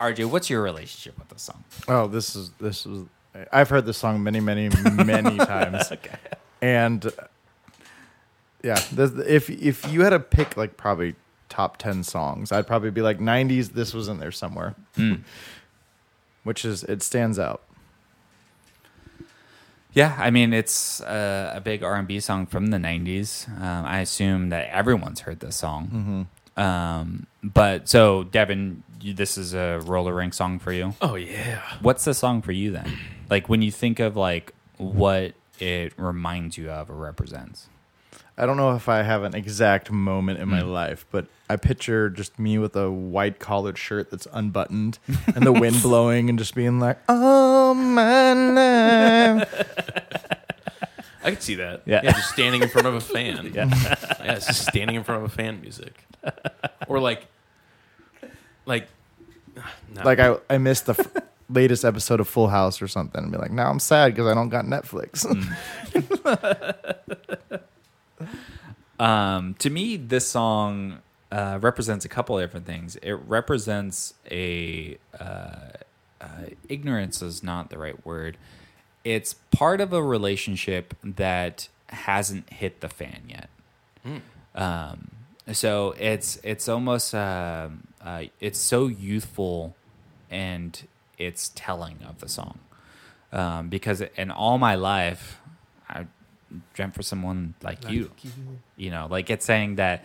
B: RJ, what's your relationship with this song?
D: Oh, this is this is. I've heard this song many, many, many times. okay. And uh, yeah, this, if if you had to pick like probably top ten songs, I'd probably be like '90s. This was in there somewhere, which is it stands out.
B: Yeah, I mean it's uh, a big R and B song from the '90s. Um, I assume that everyone's heard this song. Um, but so, Devin, you, this is a roller rink song for you.
C: Oh yeah.
B: What's the song for you then? Like when you think of like what it reminds you of or represents.
D: I don't know if I have an exact moment in my life, but I picture just me with a white collared shirt that's unbuttoned and the wind blowing and just being like, oh my life.
C: I could see that.
B: Yeah.
C: just standing in front of a fan. yeah. it's just standing in front of a fan music. Or like like no.
D: Like I, I missed the f- latest episode of Full House or something and be like, now I'm sad because I don't got Netflix.
B: Um, to me, this song uh, represents a couple of different things. It represents a uh, ignorance is not the right word. It's part of a relationship that hasn't hit the fan yet. Um, so it's it's almost um uh, it's so youthful, and it's telling of the song um, because in all my life I dreamt for someone like, you. You know, like it's saying that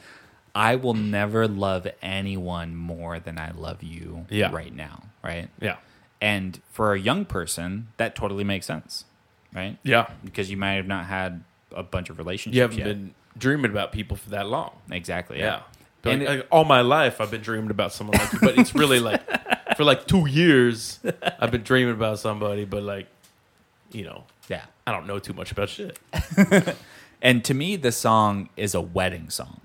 B: I will never love anyone more than I love you
C: Yeah.
B: right now, right?
C: Yeah.
B: And for a young person, that totally makes sense, right?
C: Yeah.
B: Because you might have not had a bunch of relationships.
C: You haven't
B: yet.
C: been dreaming about people for that long.
B: exactly.
C: Yeah.
B: Yeah.
C: But
B: And
C: like,
B: it-
C: like, all my life, I've been dreaming about someone like you. But it's really like for like two years, I've been dreaming about somebody. But like, you know,
B: yeah.
C: I don't know too much about shit.
B: And to me, this song is a wedding song.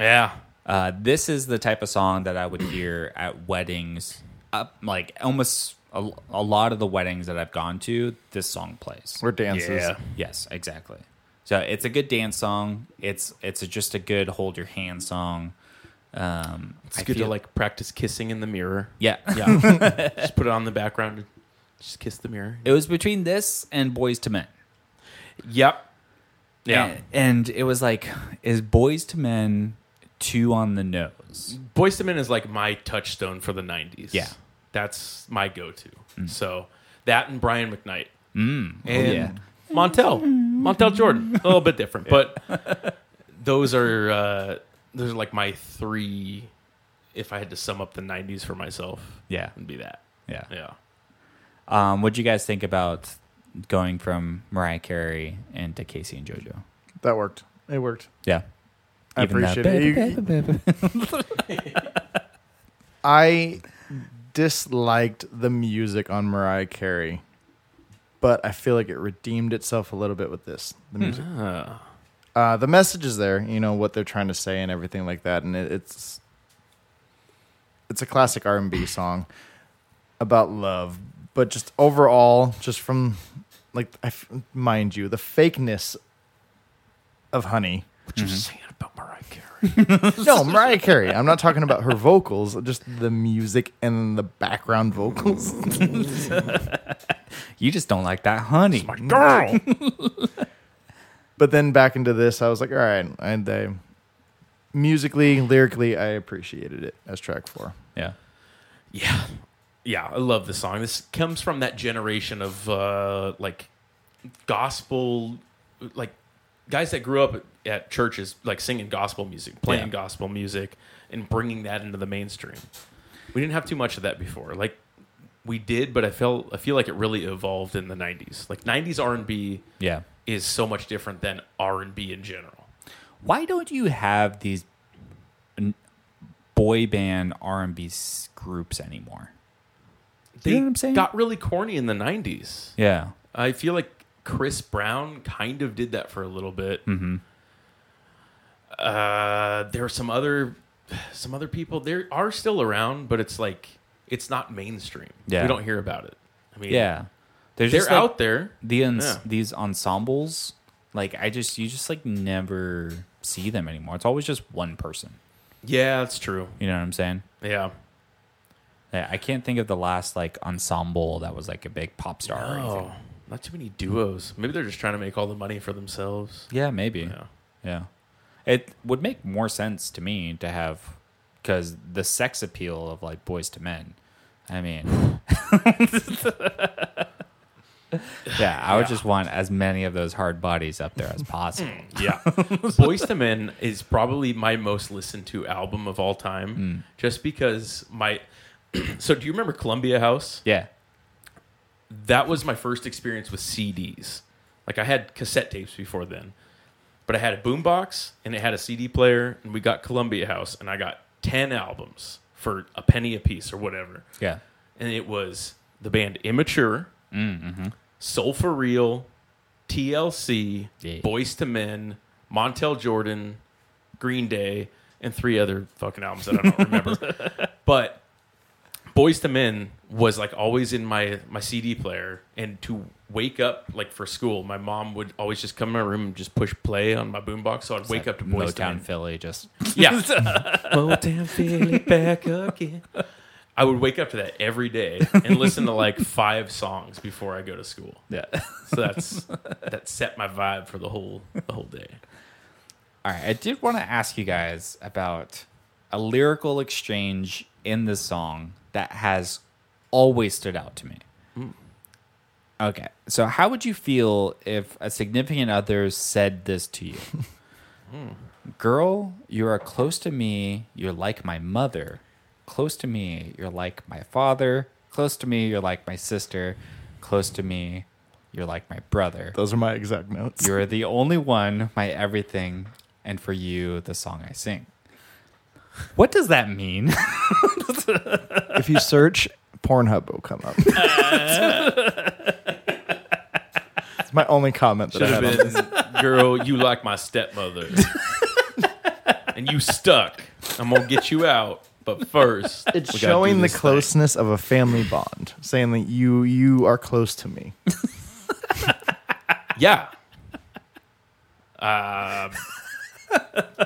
C: Yeah.
B: Uh, this is the type of song that I would hear at weddings. Up like almost a, a lot of the weddings that I've gone to, this song plays.
D: Or dances.
C: Yeah.
B: Yes, exactly. So it's a good dance song. It's it's just a good hold your hand song. Um,
C: It's
B: I
C: good
B: feel-
C: to like practice kissing in the mirror.
B: yeah.
C: Yeah. just put it on the background and just kiss the mirror.
B: It was between this and Boys to Men.
C: Yep. Yeah.
B: A- And, it was like, is Boys to Men two on the nose?
C: Boyz II Men is like my touchstone for the 90s.
B: Yeah.
C: That's my go to. So that and Brian McKnight.
B: Mm. Oh,
C: And
B: yeah.
C: Montel. Montel Jordan. A little bit different. But those are uh, those are like my three if I had to sum up the nineties for myself.
B: Yeah.
C: It'd be that.
B: Yeah.
C: Yeah.
B: Um, what'd you guys think about going from Mariah Carey into Casey and JoJo?
D: That worked. It worked.
B: Yeah.
D: I appreciate it. You- I disliked the music on Mariah Carey, but I feel like it redeemed itself a little bit with this. The music,
C: Ah.
D: uh, the message is there. You know what they're trying to say and everything like that, and it, it's it's a classic R and B song about love, but just overall, just from like I f- mind you, the fakeness of Honey.
C: what you saying about Mariah Carey?
D: No, Mariah Carey. I'm not talking about her vocals, just the music and the background vocals.
B: You just don't like that, honey.
C: my girl.
D: But then back into this, I was like, all right, and I musically, lyrically, I appreciated it as track four.
B: Yeah.
C: Yeah. Yeah, I love this song. This comes from that generation of uh like gospel like guys that grew up at churches like singing gospel music, playing
B: Yeah.
C: gospel music and bringing that into the mainstream. We didn't have too much of that before. Like we did, but I felt I feel like it really evolved in the 90s. Like 90s R&B
B: Yeah.
C: is so much different than R&B in general.
B: Why don't you have these n- boy band R&B s- groups anymore?
C: They
B: You know what I'm saying?
C: got really corny in the 90s.
B: Yeah.
C: I feel like Chris Brown kind of did that for a little bit.
B: Mm-hmm.
C: Uh, there are some other some other people there are still around, but it's like it's not mainstream.
B: Yeah.
C: we don't hear about it. I mean,
B: Yeah. There's
C: they're
B: just, like,
C: out there.
B: the uns-
C: Yeah.
B: these ensembles like i just you just like never see them anymore it's always just one person
C: Yeah, that's true.
B: you know what i'm saying
C: Yeah,
B: i I can't think of the last like ensemble that was like a big pop star or anything
C: oh, not too many duos. Maybe they're just trying to make all the money for themselves.
B: yeah maybe
C: Yeah,
B: yeah it would make more sense to me to have because the sex appeal of like boys to men i mean yeah i would just want as many of those hard bodies up there as possible
C: Mm, yeah. Boys to Men is probably my most listened to album of all
B: Mm.
C: time, just because my. so, do you remember Columbia House?
B: yeah
C: that was my first experience with CDs. Like I had cassette tapes before then, but I had a boombox and it had a CD player, and we got Columbia House, and I got ten albums for a penny a piece or whatever,
B: yeah
C: and it was the band Immature, Soul for Real, TLC,
B: Yeah.
C: Boys to Men, Montel Jordan, Green Day, and three other fucking albums that I don't remember. But Boys to Men was like always in my my CD player, and to wake up like for school, my mom would always just come in my room and just push play on my boombox, so I'd wake up to Boys to Men.
B: Motown Philly. Just
C: Yeah. Motown Philly back again. I would wake up to that every day and listen to like five songs before I go to school.
B: yeah.
C: So that's that set my vibe for the whole the whole day.
B: All right, I did want to ask you guys about a lyrical exchange in this song that has always stood out to me.
C: Hmm.
B: Okay, so how would you feel if a significant other said this to you?
C: Hmm.
B: Girl, you are close to me, you're like my mother. Close to me, you're like my father. Close to me, you're like my sister. Close to me, you're like my brother.
D: Those are my exact notes.
B: You're the only one, my everything, and for you, the song I sing. What does that mean?
D: if you search Pornhub, will come up. It's my only comment that I
C: Should
D: had.
C: have
D: on-
C: been, girl, you like my stepmother, and you stuck. I'm gonna get you out, but first,
D: It's
C: we gotta do
D: showing the
C: this thing.
D: closeness of a family bond, saying that you you are close to me.
C: Yeah, Um,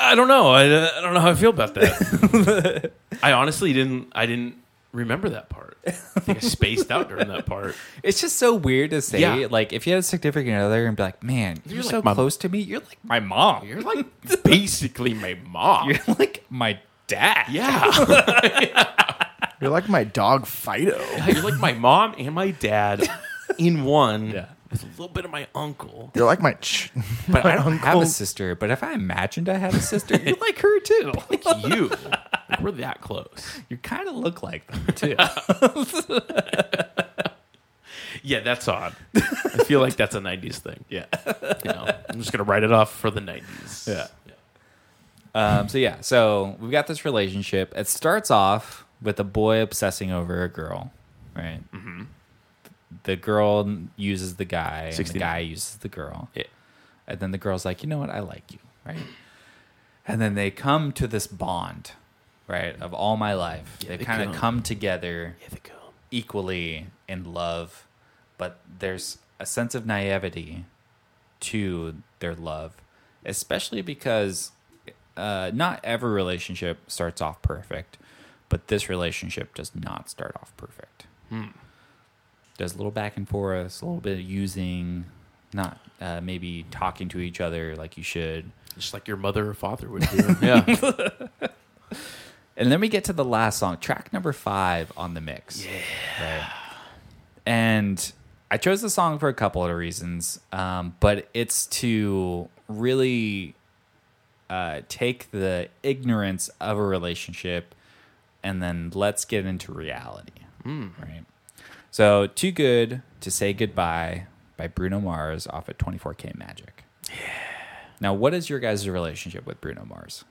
C: I don't know. I, I don't know how I feel about that. I honestly didn't. I didn't remember that part. I think I spaced out during that part.
B: it's just so weird to say.
C: Yeah.
B: Like, if you had a significant other and be like, man, you're,
C: You're like
B: so
C: my-
B: close to me, you're like my mom. You're
C: You're like basically my mom.
B: like my dad.
C: yeah,
D: You're like my dog Fido.
C: you're like my mom and my dad in one.
B: Yeah.
C: With a little bit of my uncle,
D: You're like my ch-
B: But I don't have a
D: uncle.
B: sister. But if I imagined I had a sister, you're like her too.
C: like you. Like, we're that close.
B: You kind of look like them too.
C: Yeah, that's odd. I feel like that's a '90s thing.
B: yeah.
C: You know, I'm just gonna write it off for the '90s.
B: Yeah. Um, so yeah, so we've got this relationship. It starts off with a boy obsessing over a girl, right? Mm-hmm. The girl uses the guy, and the
C: 69.
B: guy uses the girl,
C: Yeah.
B: and then the girl's like, you know what, I like you, right? And then they come to this bond, right, of all my life. They've
C: they
B: kind of
C: come.
B: come together
C: Here they come.
B: equally in love, but there's a sense of naivety to their love, especially because uh, not every relationship starts off perfect, but this relationship does not start off perfect. There's a little back and forth, a little bit of using, not uh, maybe talking to each other like you should.
C: Just like your mother or father would do. yeah.
B: And then we get to the last song, track number five on the mix. Yeah. Right? And I chose the song for a couple of reasons, um, but it's to really uh, take the ignorance of a relationship and then let's get into reality. Right. So, Too Good to Say Goodbye by Bruno Mars off of 24K Magic. Yeah. Now, what is your guys' relationship with Bruno Mars?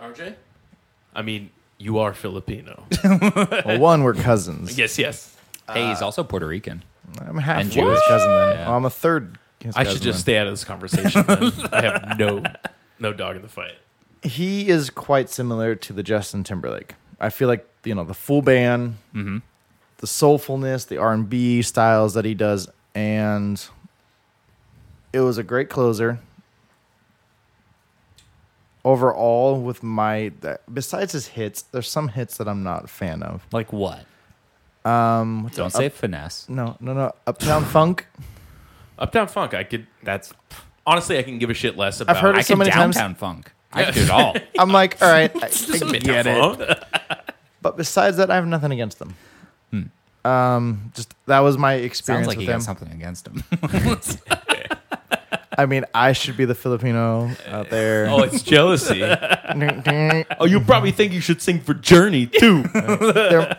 C: RJ? I mean, you are Filipino.
D: Well, one, we're cousins.
C: yes, yes.
B: hey, he's also Puerto Rican.
D: I'm half
B: And
D: his cousin.
B: Jewish.
D: Then.
B: Yeah.
D: Well, I'm a third. His
C: I
D: cousin
C: should just
D: then.
C: stay out of this conversation. then. I have no no dog in the fight.
D: He is quite similar to the Justin Timberlake. I feel like you know the full band, the soulfulness, the R and B styles that he does, and it was a great closer. Overall, with my that- besides his hits, there's some hits that I'm not a fan of.
B: Like what? Um, don't say finesse.
D: No, no, no. Uptown Funk.
C: Uptown Funk, I could
B: That's
C: honestly I can give a shit less about
D: heard
B: I
D: it
B: can
D: so many
B: downtown
D: times.
B: funk. I can do it all.
D: I'm like, all right, I, I
C: I
D: get it. But besides that, I have nothing against them. Um, just that was my experience
B: Hmm. Sounds like
D: with
B: you
D: them.
B: got something against him.
D: I mean, I should be the Filipino out there.
C: Oh, it's jealousy.
D: They're-
C: oh, you probably think you should sing for Journey too.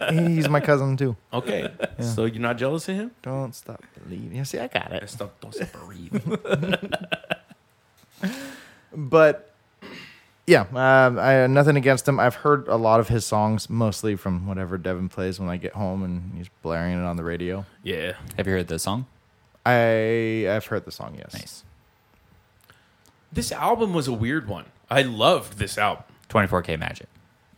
D: he's my cousin too.
C: okay. So you're not jealous of him?
D: Don't stop believing. You see, I got it.
C: Stop, don't stop breathing.
D: But yeah, um, I nothing against him. I've heard a lot of his songs, mostly from whatever Devin plays when I get home, and he's blaring it on the radio.
C: yeah.
B: Have you heard this song?
D: I I've heard the song. Yes.
B: Nice.
C: This album was a weird one. I loved this album.
B: 24K Magic.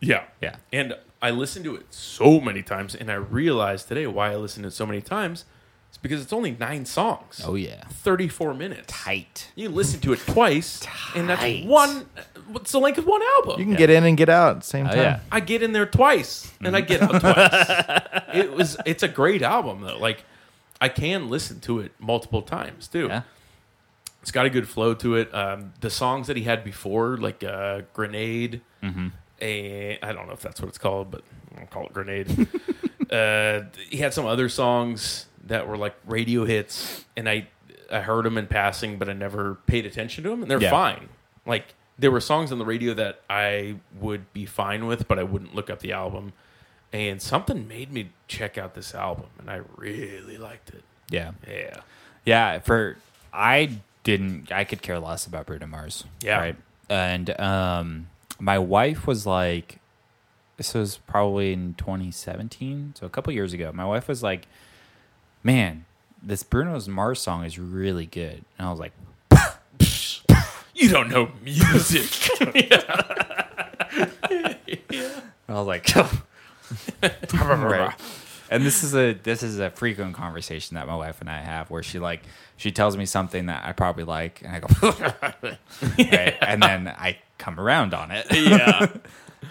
C: Yeah.
B: Yeah.
C: And I listened to it so many times, and I realized today why I listened to it so many times. It's because it's only nine songs.
B: Oh, yeah.
C: 34 minutes.
B: Tight.
C: You listen to it twice, and that's
B: Tight.
C: one. What's the length of one album?
D: You can get in and get out at the same
B: Oh,
D: time.
B: yeah.
C: I get in there twice and I get out twice. It was it's a great album though. Like I can listen to it multiple times too.
B: Yeah.
C: It's got a good flow to it. Um, the songs that he had before, like uh, Grenade, a I don't know if that's what it's called, but I'll call it Grenade. uh, he had some other songs that were like radio hits, and I I heard them in passing, but I never paid attention to them, and they're
B: Yeah.
C: fine. Like there were songs on the radio that I would be fine with, but I wouldn't look up the album. And something made me check out this album, and I really liked it.
B: Yeah.
C: Yeah,
B: Yeah, for I didn't I could care less about Bruno Mars.
C: Yeah.
B: Right. And um my wife was like this was probably in 2017, so a couple years ago. My wife was like, "Man, this Bruno Mars song is really good." And I was like,
C: you don't know music.
B: I was like, right. And this is a this is a frequent conversation that my wife and I have where she like she tells me something that I probably like and I go right? and then I come around on it.
C: yeah,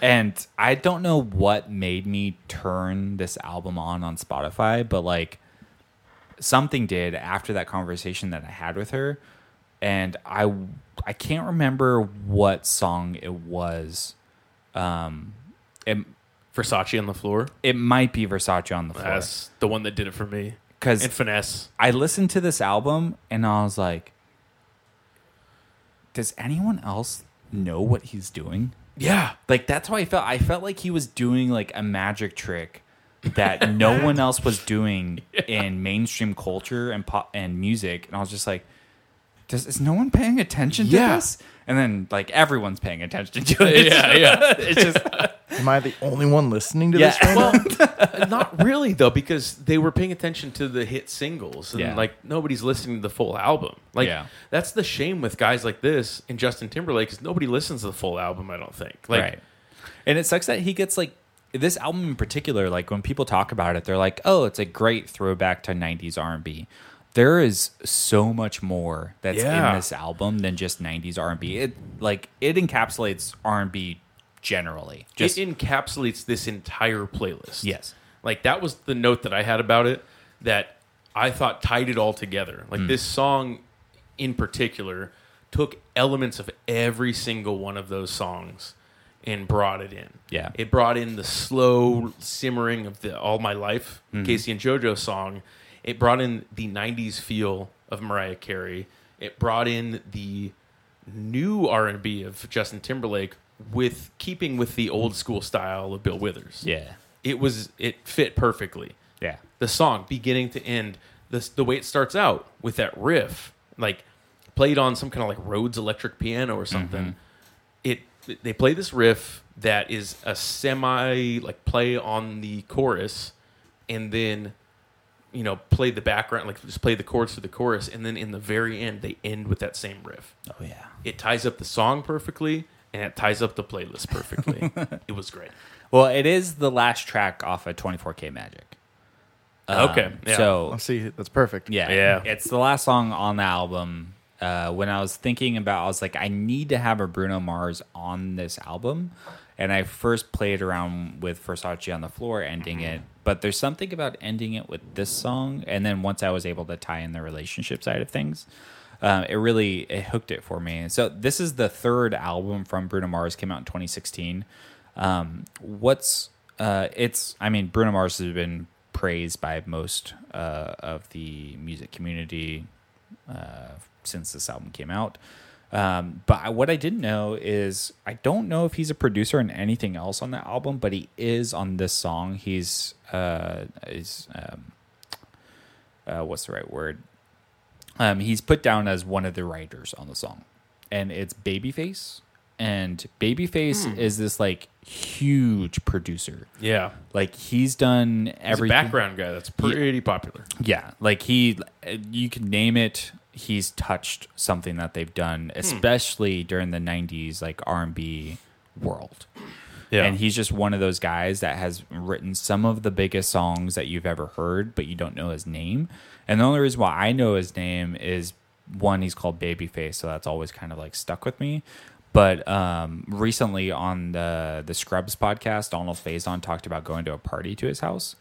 B: and I don't know what made me turn this album on on Spotify, but like something did after that conversation that I had with her, and I I can't remember what song it was. Um,
C: Versace on the floor.
B: it it might be Versace on the floor
C: That's the one that did it for me.
B: because
C: And finesse.
B: I listened to this album and I was like, does anyone else know what he's doing?
C: Yeah.
B: Like that's how I felt. I felt like he was doing like a magic trick that no one else was doing in mainstream culture and pop and music. And I was just like, does is no one paying attention to
C: Yeah.
B: this? And then like everyone's paying attention to it.
C: Yeah, yeah.
B: It's just
D: Am I the only one listening to this?
B: yeah.
C: Well, not really though, because they were paying attention to the hit singles, and
B: Yeah.
C: like nobody's listening to the full album. Like
B: Yeah.
C: that's the shame with guys like this and Justin Timberlake is nobody listens to the full album. I don't think. Like,
B: right. And it sucks that he gets like this album in particular. Like when people talk about it, they're like, "Oh, it's a great throwback to '90s R&B." There is so much more that's
C: Yeah.
B: in this album than just '90s R&B. It like it encapsulates R&B generally. Just
C: it encapsulates this entire playlist.
B: yes,
C: Like that was the note that I had about it that I thought tied it all together. Like this song in particular took elements of every single one of those songs and brought it in.
B: Yeah.
C: It brought in the slow simmering of the All My Life Casey and JoJo song. It brought in the 90s feel of Mariah Carey. It brought in the new R&B of Justin Timberlake with keeping with the old school style of Bill Withers
B: yeah,
C: it was it fit perfectly.
B: yeah,
C: The song beginning to end, the the way it starts out with that riff, like played on some kind of like Rhodes electric piano or something.
B: Mm-hmm.
C: It they play this riff that is a semi like play on the chorus, and then you know play the background like just play the chords to the chorus, and then in the very end they end with that same riff.
B: oh yeah.
C: It ties up the song perfectly, and it ties up the playlist perfectly. it was great.
B: Well, it is the last track off of 24K Magic. Um,
C: okay, yeah.
B: so
D: I'll Oh, see. That's perfect.
B: Yeah.
C: Yeah.
B: It's the last song on the album. Uh, when I was thinking about, I was like, I need to have a Bruno Mars on this album. And I first played around with Versace on the floor ending it. But there's something about ending it with this song. And then once I was able to tie in the relationship side of things, um, it really it hooked it for me. So this is the third album from Bruno Mars. Came out in 2016. Um, what's uh, it's? I mean, Bruno Mars has been praised by most uh, of the music community uh, since this album came out. Um, but I, what I didn't know is I don't know if he's a producer on anything else on the album, but he is on this song. He's uh, is um, uh, what's the right word? um, he's put down as one of the writers on the song, and it's Babyface. And Babyface
C: Hmm.
B: is this like huge producer.
C: Yeah.
B: Like he's done
C: He's a
B: everything.
C: background guy that's pretty popular.
B: Yeah, like he, you can name it. He's touched
C: Hmm.
B: something that they've done, especially during the '90s, like R and B world.
C: Yeah.
B: And he's just one of those guys that has written some of the biggest songs that you've ever heard, but you don't know his name. And the only reason why I know his name is one, he's called Babyface, so that's always kind of like stuck with me. But um, recently on the the Scrubs podcast, Donald Faison talked about going to a party to his house.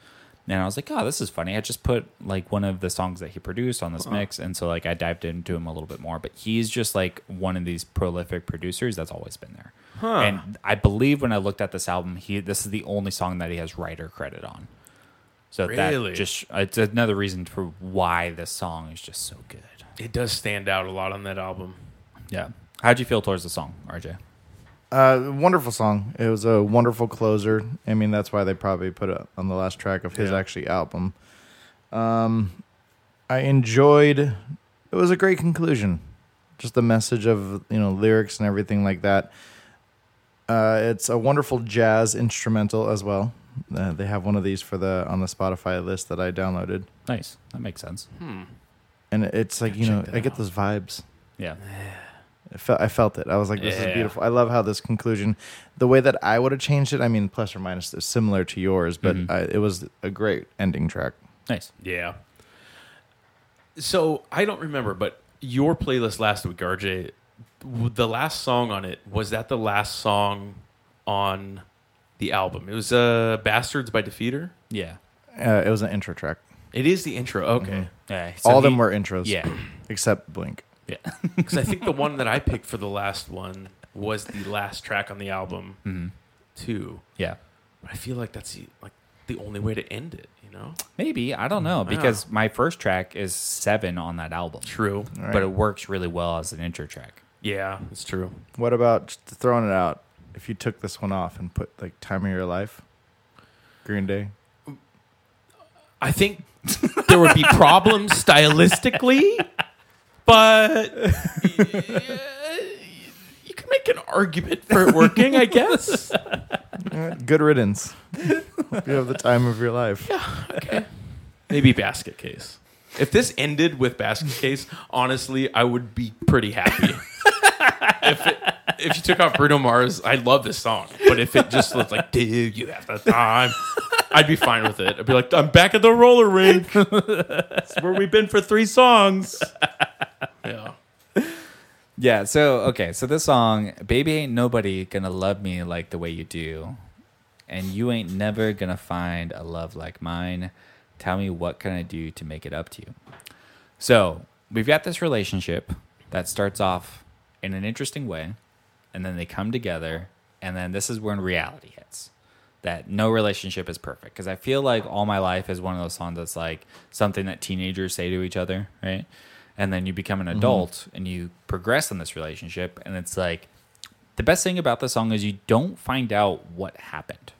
B: And I was like, oh, this is funny. I just put like one of the songs that he produced on this mix. And so like I dived into him a little bit more. But he's just like one of these prolific producers that's always been there. And I believe when I looked at this album, he this is the only song that he has writer credit on. So
C: Really?
B: that just it's another reason for why this song is just so good.
C: It does stand out a lot on that album.
B: Yeah. How'd you feel towards the song, RJ?
D: Uh, wonderful song. It was a wonderful closer. I mean, that's why they probably put it on the last track of his
C: Yeah.
D: actually album. Um, I enjoyed. It was a great conclusion. Just the message of you know lyrics and everything like that. Uh, it's a wonderful jazz instrumental as well. Uh, they have one of these for the on the Spotify list that I downloaded,
B: Nice. That makes sense.
D: and it's like you
C: Check
D: know
C: that
D: I get
C: out.
D: those vibes.
B: Yeah.
D: I felt, I felt it. I was like, this
C: Yeah.
D: is beautiful. I love how this conclusion, the way that I would have changed it, I mean, plus or minus, is similar to yours, but
B: Mm-hmm.
D: I, it was a great ending track.
B: Nice.
C: Yeah. So I don't remember, but your playlist last week, RJ, w- the last song on it was that the last song on the album. It was uh, "Bastards" by Defeater.
B: Yeah.
D: Uh, it was an intro track.
C: It is the intro. Okay,
B: Mm-hmm. Yeah. so
D: All of
B: he-
D: them were intros.
B: Yeah.
D: Except Blink.
B: Yeah.
C: because I think the one that I picked for the last one was the last track on the album too.
B: Mm-hmm. yeah.
C: But I feel like that's the, like the only way to end it. You know?
B: Maybe I don't know because my first track is seven on that album,
C: True.
B: but it works really well as an intro track.
C: Yeah, it's true.
D: What about just throwing it out? If you took this one off and put like Time of Your Life, Green Day.
C: I think there would be problems stylistically, but yeah, you can make an argument for it working, I guess.
D: Good riddance. Hope you have the time of your life.
C: Okay. Maybe basket case. If this ended with basket case, honestly, I would be pretty happy. if it, if you took off Bruno Mars, I love this song, but if it just looked like, dude, you have the time, I'd be fine with it. I'd be like, I'm back at the roller rink. It's where we've been for three songs. Yeah.
B: Yeah. So okay. So this song, "Baby Ain't Nobody Gonna Love Me Like the Way You Do," and you ain't never gonna find a love like mine. Tell me what can I do to make it up to you? So we've got this relationship that starts off in an interesting way, and then they come together, and then this is when reality hits. That no relationship is perfect because I feel like all my life is one of those songs that's like something that teenagers say to each other, right? And then you become an adult and you progress in this relationship, and it's like the best thing about the song is you don't find out what happened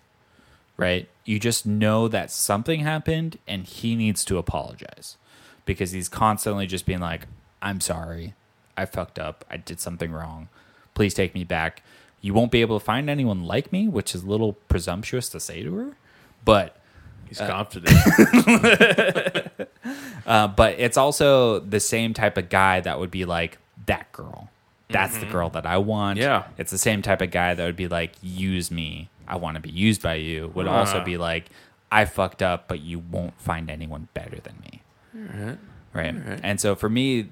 B: right? You just know that something happened and he needs to apologize because he's constantly just being like, I'm sorry. I fucked up. I did something wrong. Please take me back. You won't be able to find anyone like me, which is a little presumptuous to say to her, but
C: He's confident.
B: uh, but it's also the same type of guy that would be like that girl. That's the girl that I want.
C: Yeah.
B: It's the same type of guy that would be like, use me. I want to be used by you. Would also
C: Ah.
B: be like, I fucked up, but you won't find anyone better than me. Right. And so for me,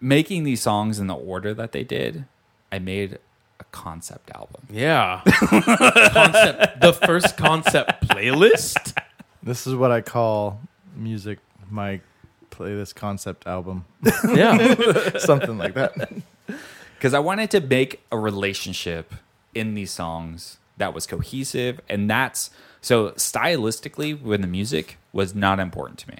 B: making these songs in the order that they did, I made a concept album.
C: Yeah. concept, the first concept playlist?
D: This is what I call music, my playlist concept album.
C: Yeah.
D: Something like that.
B: because I wanted to make a relationship in these songs that was cohesive, and that's so stylistically when the music was not important to me.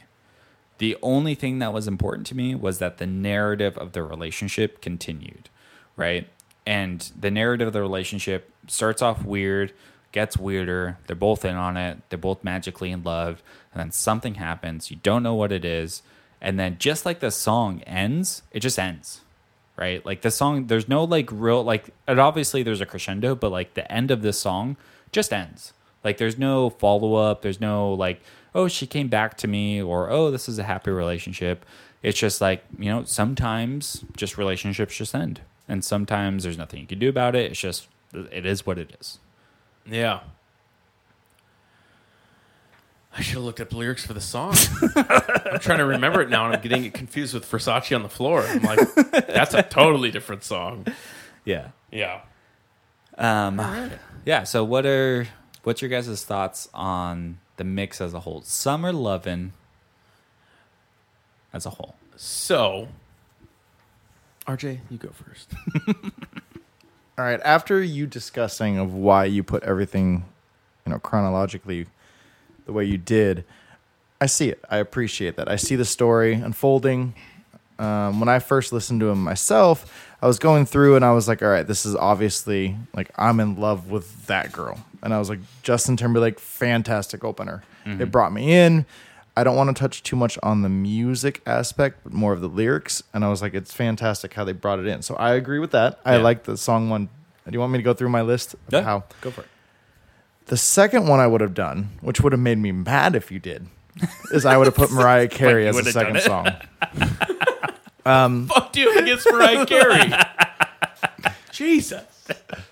B: The only thing that was important to me was that the narrative of the relationship continued, right? And the narrative of the relationship starts off weird, gets weirder. They're both in on it. They're both magically in love. And then something happens. You don't know what it is. And then just like the song ends, it just ends, right? Like the song, there's no like real, like, and obviously there's a crescendo, but like the end of this song just ends. Like there's no follow up. There's no like, oh, she came back to me or oh, this is a happy relationship. It's just like, you know, sometimes just relationships just end. And sometimes there's nothing you can do about it. It's just, it is what it is.
C: Yeah. I should have looked up lyrics for the song. I'm trying to remember it now, and I'm getting it confused with Versace on the floor. I'm like, that's a totally different song.
B: Yeah.
C: Yeah.
B: Um, Yeah. So what are what's your guys' thoughts on the mix as a whole? Summer lovin' as a whole.
C: So, RJ, you go first.
D: All right. After you discussing of why you put everything, you know, chronologically, the way you did, I see it. I appreciate that. I see the story unfolding. Um, when I first listened to him myself, I was going through and I was like, all right, this is obviously like I'm in love with that girl. And I was like, Justin Timberlake, fantastic opener.
B: Mm-hmm.
D: It brought me in. I don't want to touch too much on the music aspect, but more of the lyrics. And I was like, it's fantastic how they brought it in. So I agree with that. I
B: Yeah.
D: like the song one. Do you want me to go through my list? of
B: Yeah,
D: How?
B: Go for it.
D: The second one I would have done, which would have made me mad if you did, is I would have put Mariah Carey
C: you
D: as
C: would
D: the
C: have done
D: second
C: it.
D: song.
C: Fuck you against Mariah Carey. Jesus.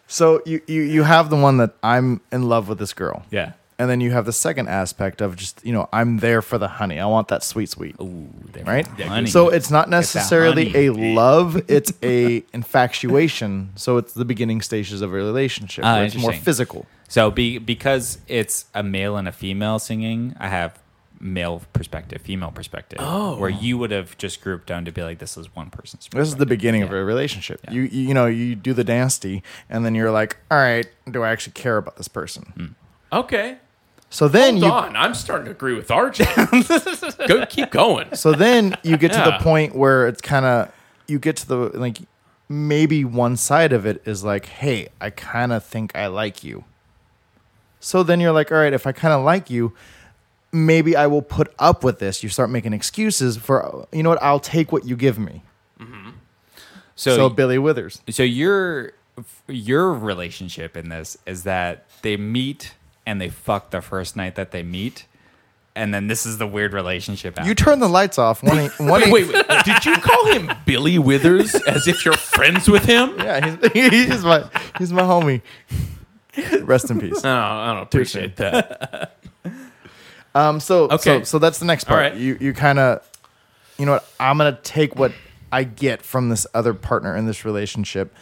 D: So you, you you have the one that I'm in love with this girl.
B: Yeah.
D: And then you have the second aspect of just, you know, I'm there for the honey. I want that sweet sweet.
B: Ooh, there we
D: Right?
B: go. Honey.
D: So it's not necessarily
B: honey.
D: a love, it's a infatuation. So it's the beginning stages of a relationship.
B: Ah,
D: where it's more
B: interesting.
D: physical.
B: So be, because it's a male and a female singing, I have male perspective, female perspective. Oh. Where you would have just grouped down to be like, this is one person's
D: This is the beginning of
B: Yeah.
D: a relationship. You You you know, you do the nasty and then you're like, all right, do I actually care about this person?
C: Okay.
D: So then
C: Hold
D: you
C: on. I'm starting to agree with RJ. go, keep going.
D: So then you get to
C: Yeah.
D: the point where it's kind of you get to the like maybe one side of it is like, "Hey, I kind of think I like you." So then you're like, "All right, if I kind of like you, maybe I will put up with this." You start making excuses for, "You know what? I'll take what you give me." So,
B: So, so,
D: Billy Withers.
B: your your relationship in this is that they meet and they fuck the first night that they meet, and then this is the weird relationship.
D: You turn the lights off. One, ain't- one
C: Wait, wait,
D: ain't-
C: wait. Did you call him Billy Withers as if you're friends with him?
D: Yeah, he's, he's my he's my homie. Rest in peace.
C: No, I don't appreciate that.
D: Um. So
C: Okay.
D: So, so that's the next part.
C: All right.
D: You you kind of, you know what? I'm gonna take what I get from this other partner in this relationship,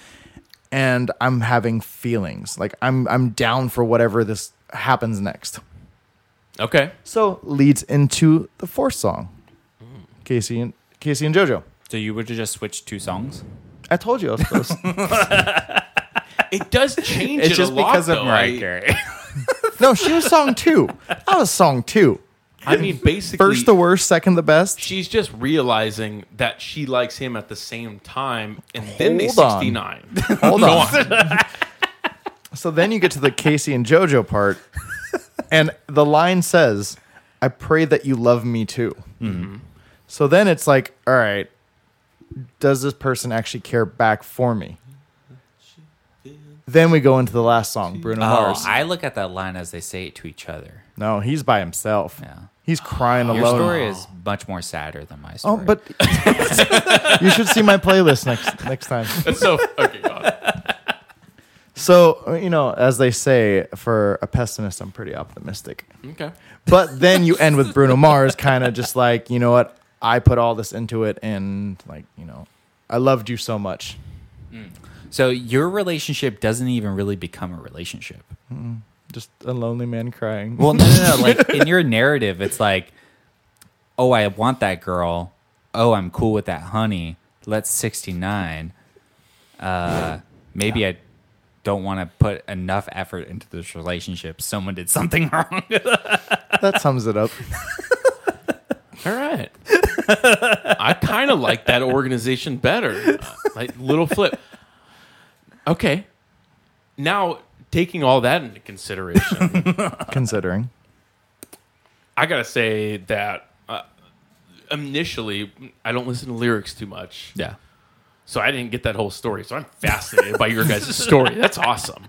D: and I'm having feelings. Like I'm I'm down for whatever this happens next.
C: Okay.
D: So leads into the fourth song, Casey and Casey and JoJo.
B: so you would have just switched two songs.
D: I told you I was close.
C: It does change
B: It's
C: it
B: just
C: a lot,
B: because
C: though.
B: of Mariah
C: I-
B: Carey.
D: no, she was song two. I was song two.
C: I mean, basically,
D: First the worst, second the best.
C: she's just realizing that she likes him at the same time, and then they
D: Hold on.
C: 69.
D: Hold on. so then you get to the Casey and JoJo part, and the line says, "I pray that you love me too."
B: Mm-hmm.
D: So then it's like, all right, does this person actually care back for me? Then we go into the last song, Bruno
B: Oh.
D: Mars.
B: I look at that line as they say it to each other.
D: no, he's by himself.
B: Yeah.
D: He's crying
B: Your
D: alone.
B: story is much more sadder than my
D: oh,
B: story.
D: but you should see my playlist next next time.
C: That's so okay. God.
D: So, you know, as they say, for a pessimist, I'm pretty optimistic.
C: Okay.
D: But then you end with Bruno Mars, kind of just like, you know what? I put all this into it, and like, you know, I loved you so much.
B: so your relationship doesn't even really become a relationship.
D: Just a lonely man crying.
B: Well, no, no, no. like in your narrative, it's like, oh, I want that girl. Oh, I'm cool with that honey. Let's 69. Uh, maybe I don't want to put enough effort into this relationship. Someone did something wrong.
D: that sums it up.
C: All right. I kind of like that organization better. Uh, Like little flip. Okay. Now, taking all that into consideration,
D: Considering
C: I gotta say that uh, initially, I don't listen to lyrics too much,
B: yeah.
C: so I didn't get that whole story. So I'm fascinated by your guys' story. That's awesome.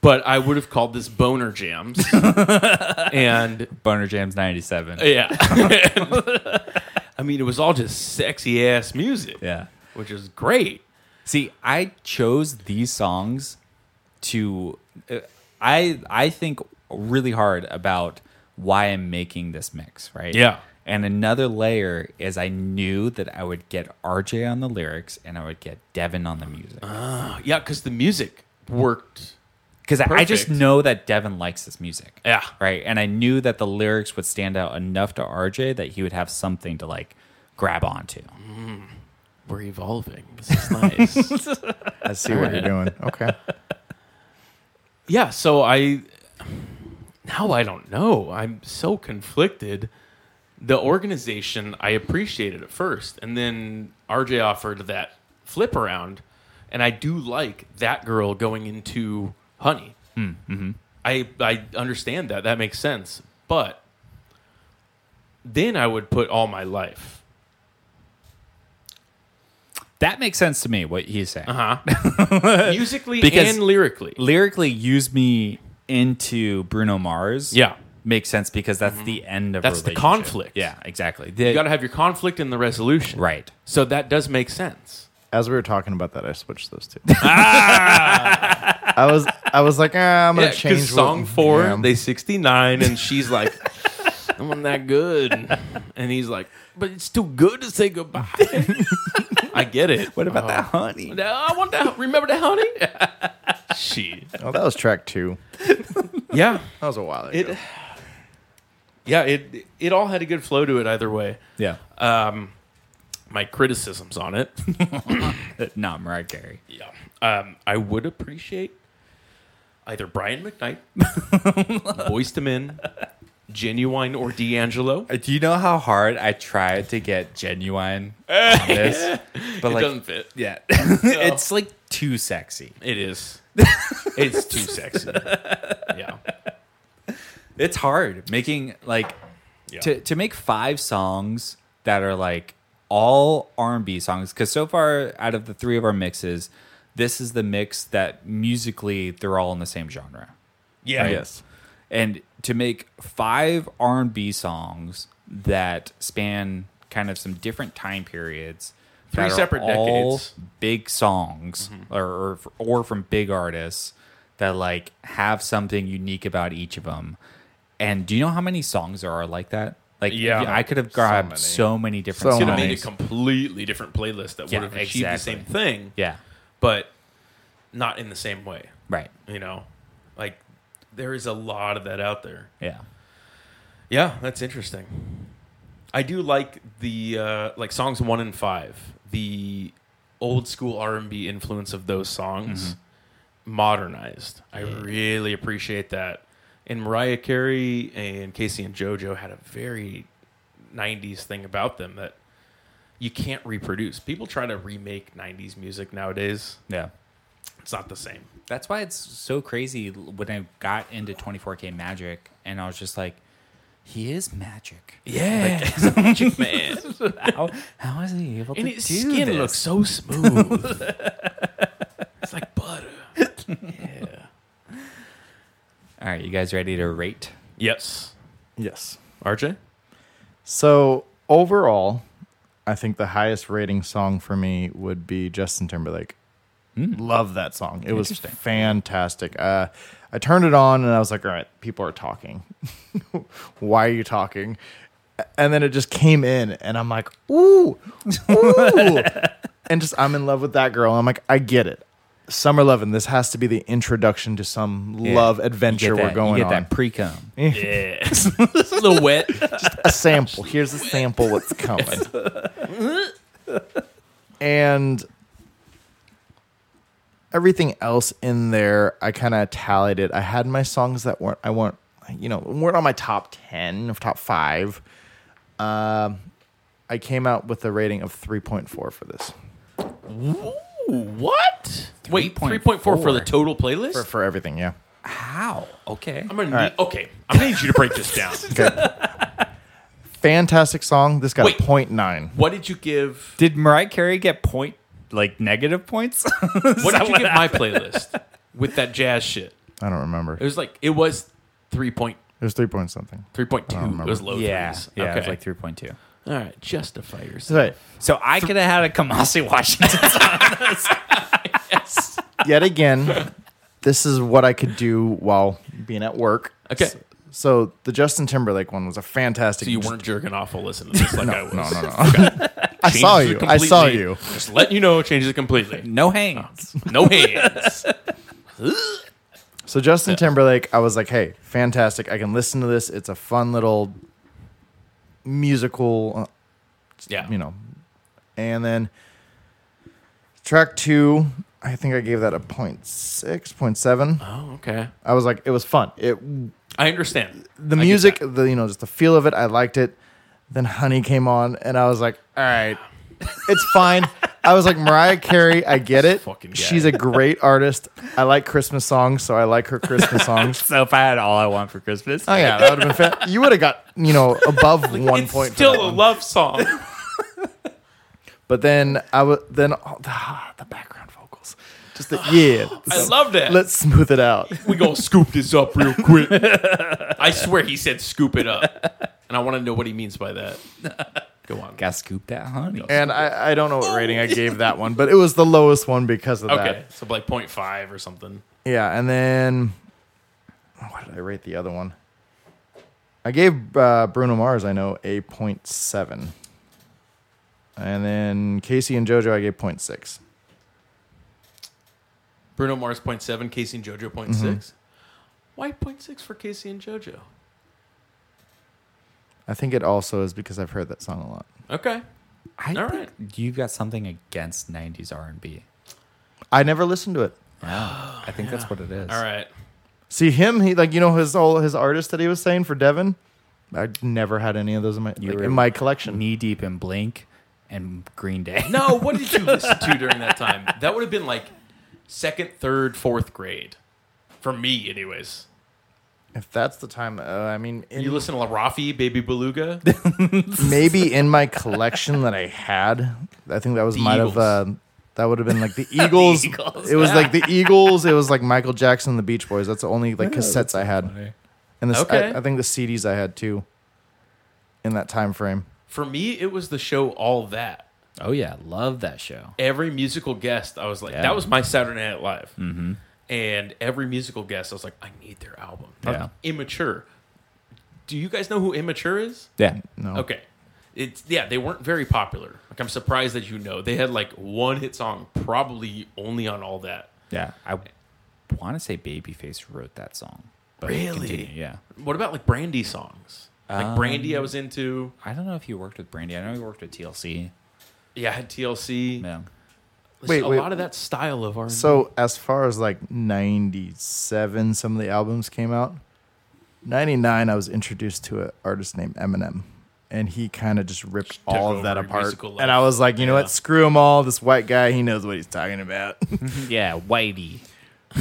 C: But I would have called this boner jams, and
B: Boner Jams 97.
C: yeah, I mean it was all just sexy ass music,
B: Yeah.
C: which is great.
B: See, I chose these songs to uh, I I think really hard about why I'm making this mix, right?
C: Yeah.
B: And another layer is I knew that I would get RJ on the lyrics and I would get Devin on the music.
C: Yeah, because the music worked.
B: Because I I just
C: perfect.
B: know that Devin likes this music.
C: Yeah.
B: Right. And I knew that the lyrics would stand out enough to RJ that he would have something to like grab onto.
C: We're evolving. This is nice.
D: I see what you're doing. Okay.
C: yeah, so I now I don't know. I'm so conflicted. The organization I appreciated at first, and then RJ offered that flip around, and I do like that girl going into Honey.
B: Hmm, mm-hmm.
C: I I understand that. That makes sense. But then I would put all my life.
B: That makes sense to me, what he's saying.
C: Uh huh. Musically
B: Uh-huh. Because-
C: and lyrically.
B: Lyrically, use me into Bruno Mars.
C: Yeah.
B: Makes sense because that's the end of
C: That's the
B: relationship.
C: conflict.
B: Yeah, exactly.
C: You got to have your conflict and the resolution.
B: right.
C: So that does make sense.
D: As we were talking about that, I switched those two. I was I was like, ah, I'm gonna
C: Ah! Yeah, 'cause
D: change what-
C: song four,
D: Yeah.
C: they 69, and she's like, I'm not that good. And he's like, but it's too good to say goodbye. I get it.
B: What about that
C: Oh.
B: honey?
C: No, I want that. Remember that, honey? she.
D: Oh, that was track two.
C: Yeah.
D: That was a while ago.
C: It. Yeah, it it all had a good flow to it either way.
B: Yeah.
C: My criticisms on it.
B: Not Mariah Carey.
C: Yeah. Um, I would appreciate either Brian McKnight, Boyz II Men, Genuine, or D'Angelo.
B: Uh, Do you know how hard I tried to get genuine on this? But
C: it doesn't fit.
B: yeah, it's like too sexy.
C: It is. it's too sexy. Yeah.
B: It's hard making like
C: Yeah.
B: to to make five songs that are like all R and B songs. Because so far, out of the three of our mixes, this is the mix that musically they're all in the same genre.
C: yeah.
B: right? And to make five R and B songs that span kind of some different time periods,
C: Three
B: that are
C: separate
B: all
C: decades. Mm-hmm.
B: big songs, or, or or from big artists that like have something unique about each of them. And do you know how many songs there are like that? Like,
C: Yeah.
B: I could have grabbed so
D: many.
B: many, different songs.
D: So
C: Could have
D: many.
C: made a completely different playlist that
B: Yeah,
C: would have achieved
B: exactly.
C: the same thing,
B: Yeah,
C: but not in the same way.
B: right.
C: You know, like there is a lot of that out there.
B: Yeah,
C: Yeah, that's interesting. I do like the uh, like songs one and five, the old school R and B influence of those songs, modernized. I really appreciate that. And Mariah Carey and Casey and JoJo had a very '90s thing about them that you can't reproduce. People try to remake '90s music nowadays;
B: yeah.
C: it's not the same.
B: That's why it's so crazy when I got into 24K Magic and I was just like, he is magic.
C: Yeah, like, he's a magic man,
B: How, how is he able
C: and
B: to
C: his
B: do
C: skin
B: this?
C: looks so smooth. it's like butter.
B: All right, you guys ready to rate?
C: Yes.
D: Yes.
C: RJ?
D: So overall, I think the highest rating song for me would be Justin Timberlake. Love that song. It was
B: Hmm. Interesting.
D: fantastic. Uh, I turned it on and I was like, all right, people are talking. Why are you talking? And then it just came in and I'm like, ooh, ooh. and just, I'm in love with that girl. I'm like, I get it. Summer Lovin', this has to be the introduction to some love adventure
B: You get
D: we're
B: that-
D: going
B: you get
D: on.
B: that pre cum.
C: Yes. the wet.
D: a sample. Here's a sample what's coming. and everything else in there, I kind of tallied it. I had my songs that weren't I weren't you know, weren't on my top 10 or top 5. Um I came out with a rating of 3.4 for this.
C: what? Wait, 3.4 for the
B: 3.4.
C: total playlist?
D: For, for everything, yeah.
B: How? Okay.
C: I'm gonna need,
D: right.
C: Okay, I'm going to need you to break this down.
D: Fantastic song. This got
C: Wait.
D: a 0.9.
C: What did you give?
B: Did Mariah Carey get point like negative points?
C: What did you give my playlist with that jazz shit?
D: I don't remember.
C: It was like, it was 3. Point,
D: It was 3 point something.
C: 3.2. It was low
B: yeah,
C: threes.
B: yeah, it was
C: Okay.
B: like three point two.
C: All right, justify yourself.
D: Right.
B: So I could have had a Kamasi Washington.
D: yet again, this is what I could do while being at work.
C: Okay.
D: So, so the Justin Timberlake one was a fantastic.
C: So you weren't jerking off while listening to this like I was.
D: No, no, no. I saw
C: Changes
D: you.
C: it
D: I saw
C: completely.
D: you.
C: Just letting you know, it changes it completely.
B: No hands.
C: No hands.
D: So Justin Timberlake, I was like, hey, fantastic. I can listen to this. It's a fun little musical,
C: Yeah.
D: uh, you know. And then track two, I think I gave that a point six, point seven.
C: Oh, okay.
D: I was like, it was fun. It
C: I understand.
D: the music, the you know, just the feel of it, I liked it. Then Honey came on, and I was like, all right, it's fine. I was like, Mariah Carey, I get it.
C: Fucking guy.
D: She's a great artist. I like Christmas songs, so I like her Christmas songs.
B: So if I had all I want for Christmas,
D: Oh yeah, that would have been. Fa- you would have got you know above one
C: it's
D: point. for
C: still
D: that
C: a
D: one.
C: love song.
D: But then I would then oh, the, ah, the background vocals, just the yeah.
C: I love that.
D: Let's smooth it out.
C: we gonna scoop this up real quick. I swear he said scoop it up, and I want to know what he means by that. Go on.
B: got scooped that honey.
D: And I, I don't know what rating I gave that one, but it was the lowest one because of
C: Okay,
D: that.
C: so like 0.5 or something.
D: Yeah, and then what did I rate the other one? I gave uh, Bruno Mars, I know, a point seven, and then Casey and JoJo, I gave point six.
C: Bruno Mars 0.7, Casey and JoJo 0.6.
D: Mm-hmm.
C: Why 0.6 for Casey and JoJo?
D: I think it also is because I've heard that song a lot.
C: Okay,
B: I
C: All
B: think you've got something against '90s R&B.
D: I never listened to it.
B: Yeah, I think that's what it is.
C: all right.
D: See him, he like you know his all his artist that he was saying for Devin. I never had any of those in my
B: You
D: like,
B: were-
D: in my collection.
B: Knee deep in Blink and Green Day.
C: No, what did you listen to during that time? That would have been like second, third, fourth grade. For me, anyways.
D: If that's the time, uh, I mean, in,
C: You listen to La Rafi, Baby Beluga?
D: maybe in my collection that I had, I think that was
C: The
D: might have
C: Eagles.
D: uh, that would have been like the Eagles.
B: Eagles.
D: It was like the Eagles. It was like Michael Jackson, and the Beach Boys. That's the only like cassettes I had, and the,
C: Okay.
D: I, I think the CDs I had too. In that time frame,
C: For me, it was the show All That.
B: Oh yeah, love that show.
C: Every musical guest, I was like,
B: Yeah.
C: that was my Saturday Night Live. Mm-hmm. And every musical guest, I was like, I need their album. I'm
B: Yeah.
C: Immature. Do you guys know who Immature is?
B: Yeah.
D: no,
C: Okay. It's yeah, they weren't very popular. Like I'm surprised that you know. They had like one hit song, probably only on all that.
B: Yeah. I want to say Babyface wrote that song. But
C: Really?
B: continue, Yeah.
C: What about like Brandy songs?
D: Um,
C: Like Brandy, I was into.
B: I don't know if you worked with Brandy. I know you worked with TLC.
C: Yeah, I had TLC.
B: Yeah.
C: Listen,
D: Wait,
C: a
D: wait.
C: lot of that style of our.
D: So as far as like '97, some of the albums came out. '99, I was introduced to an artist named Eminem, and he kind of just ripped
C: took
D: all of that
C: over
D: apart.
C: musical life.
D: And I was like, you know
C: Yeah.
D: what? Screw him all. This white guy, he knows what he's talking about.
B: Yeah, Whitey.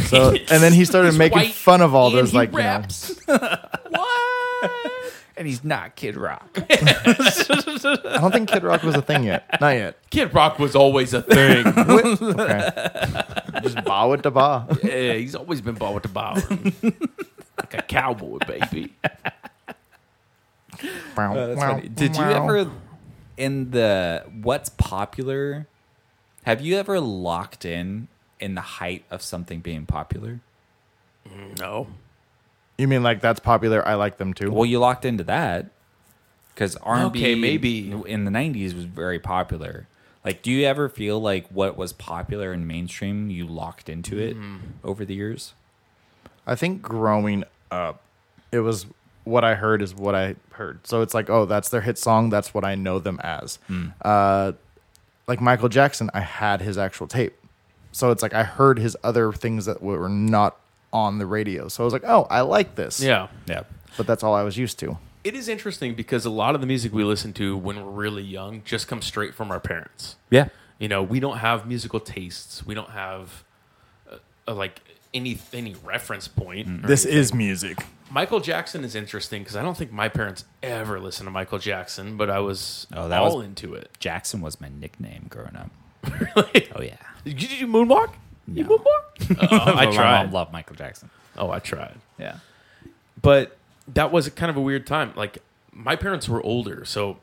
D: So, and then he started making
C: white
D: fun of all
C: and
D: those
C: he
D: like you know,
C: raps. what?
B: And he's not Kid Rock.
D: I don't think Kid Rock was a thing yet. Not yet.
C: Kid Rock was always a thing.
D: Okay. Just bow it to bow.
C: yeah, he's always been ball with the ball, like a cowboy baby.
B: Did you ever in the what's popular? Have you ever locked in in the height of something being popular?
C: No,
D: You mean like that's popular? I like them too.
B: Well, you locked into that because R&B
C: Okay, maybe.
B: in the 90s was very popular. Like do you ever feel like what was popular and mainstream you locked into it
C: Mm-hmm.
B: over the years?
D: I think growing up, it was what I heard is what I heard. So it's like, oh, that's their hit song. That's what I know them as.
C: Mm.
D: Uh, like Michael Jackson, I had his actual tape. So it's like I heard his other things that were not on the radio. So I was like, oh, I like this.
C: yeah,
B: Yeah.
D: But that's all I was used to.
C: it is interesting because a lot of the music we listen to when we're really young just comes straight from our parents.
B: Yeah.
C: You know, we don't have musical tastes. We don't have uh, uh, like any any reference point. or
D: This is music.
C: Michael Jackson is interesting because I don't think my parents ever listened to Michael Jackson, but I was
B: Oh, that
C: all
B: was-
C: into it.
B: Jackson was my nickname growing up.
C: Really?
B: Oh yeah.
C: Did you, did you moonwalk? You
B: No.
C: moonwalk? Oh,
B: My
C: I tried.
B: mom loved Michael Jackson.
C: Oh, I tried.
B: Yeah.
C: But that was kind of a weird time. Like my parents were older, so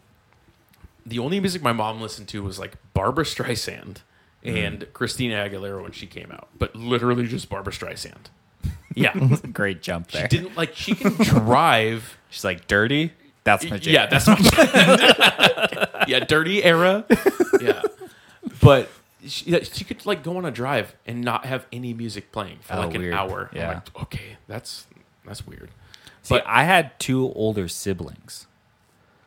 C: the only music my mom listened to was like Barbara Streisand
B: Mm.
C: and Christina Aguilera when she came out, but literally just Barbara Streisand. Yeah,
B: Great jump
C: she
B: there.
C: didn't like she can drive.
B: She's like dirty. That's my jam.
C: Yeah, that's yeah, dirty era. Yeah, but she, yeah, she could like go on a drive and not have any music playing for
B: Oh,
C: like an
B: weird.
C: hour. I'm
B: Yeah.
C: like, okay, that's that's weird.
B: See,
C: but-
B: I had two older siblings.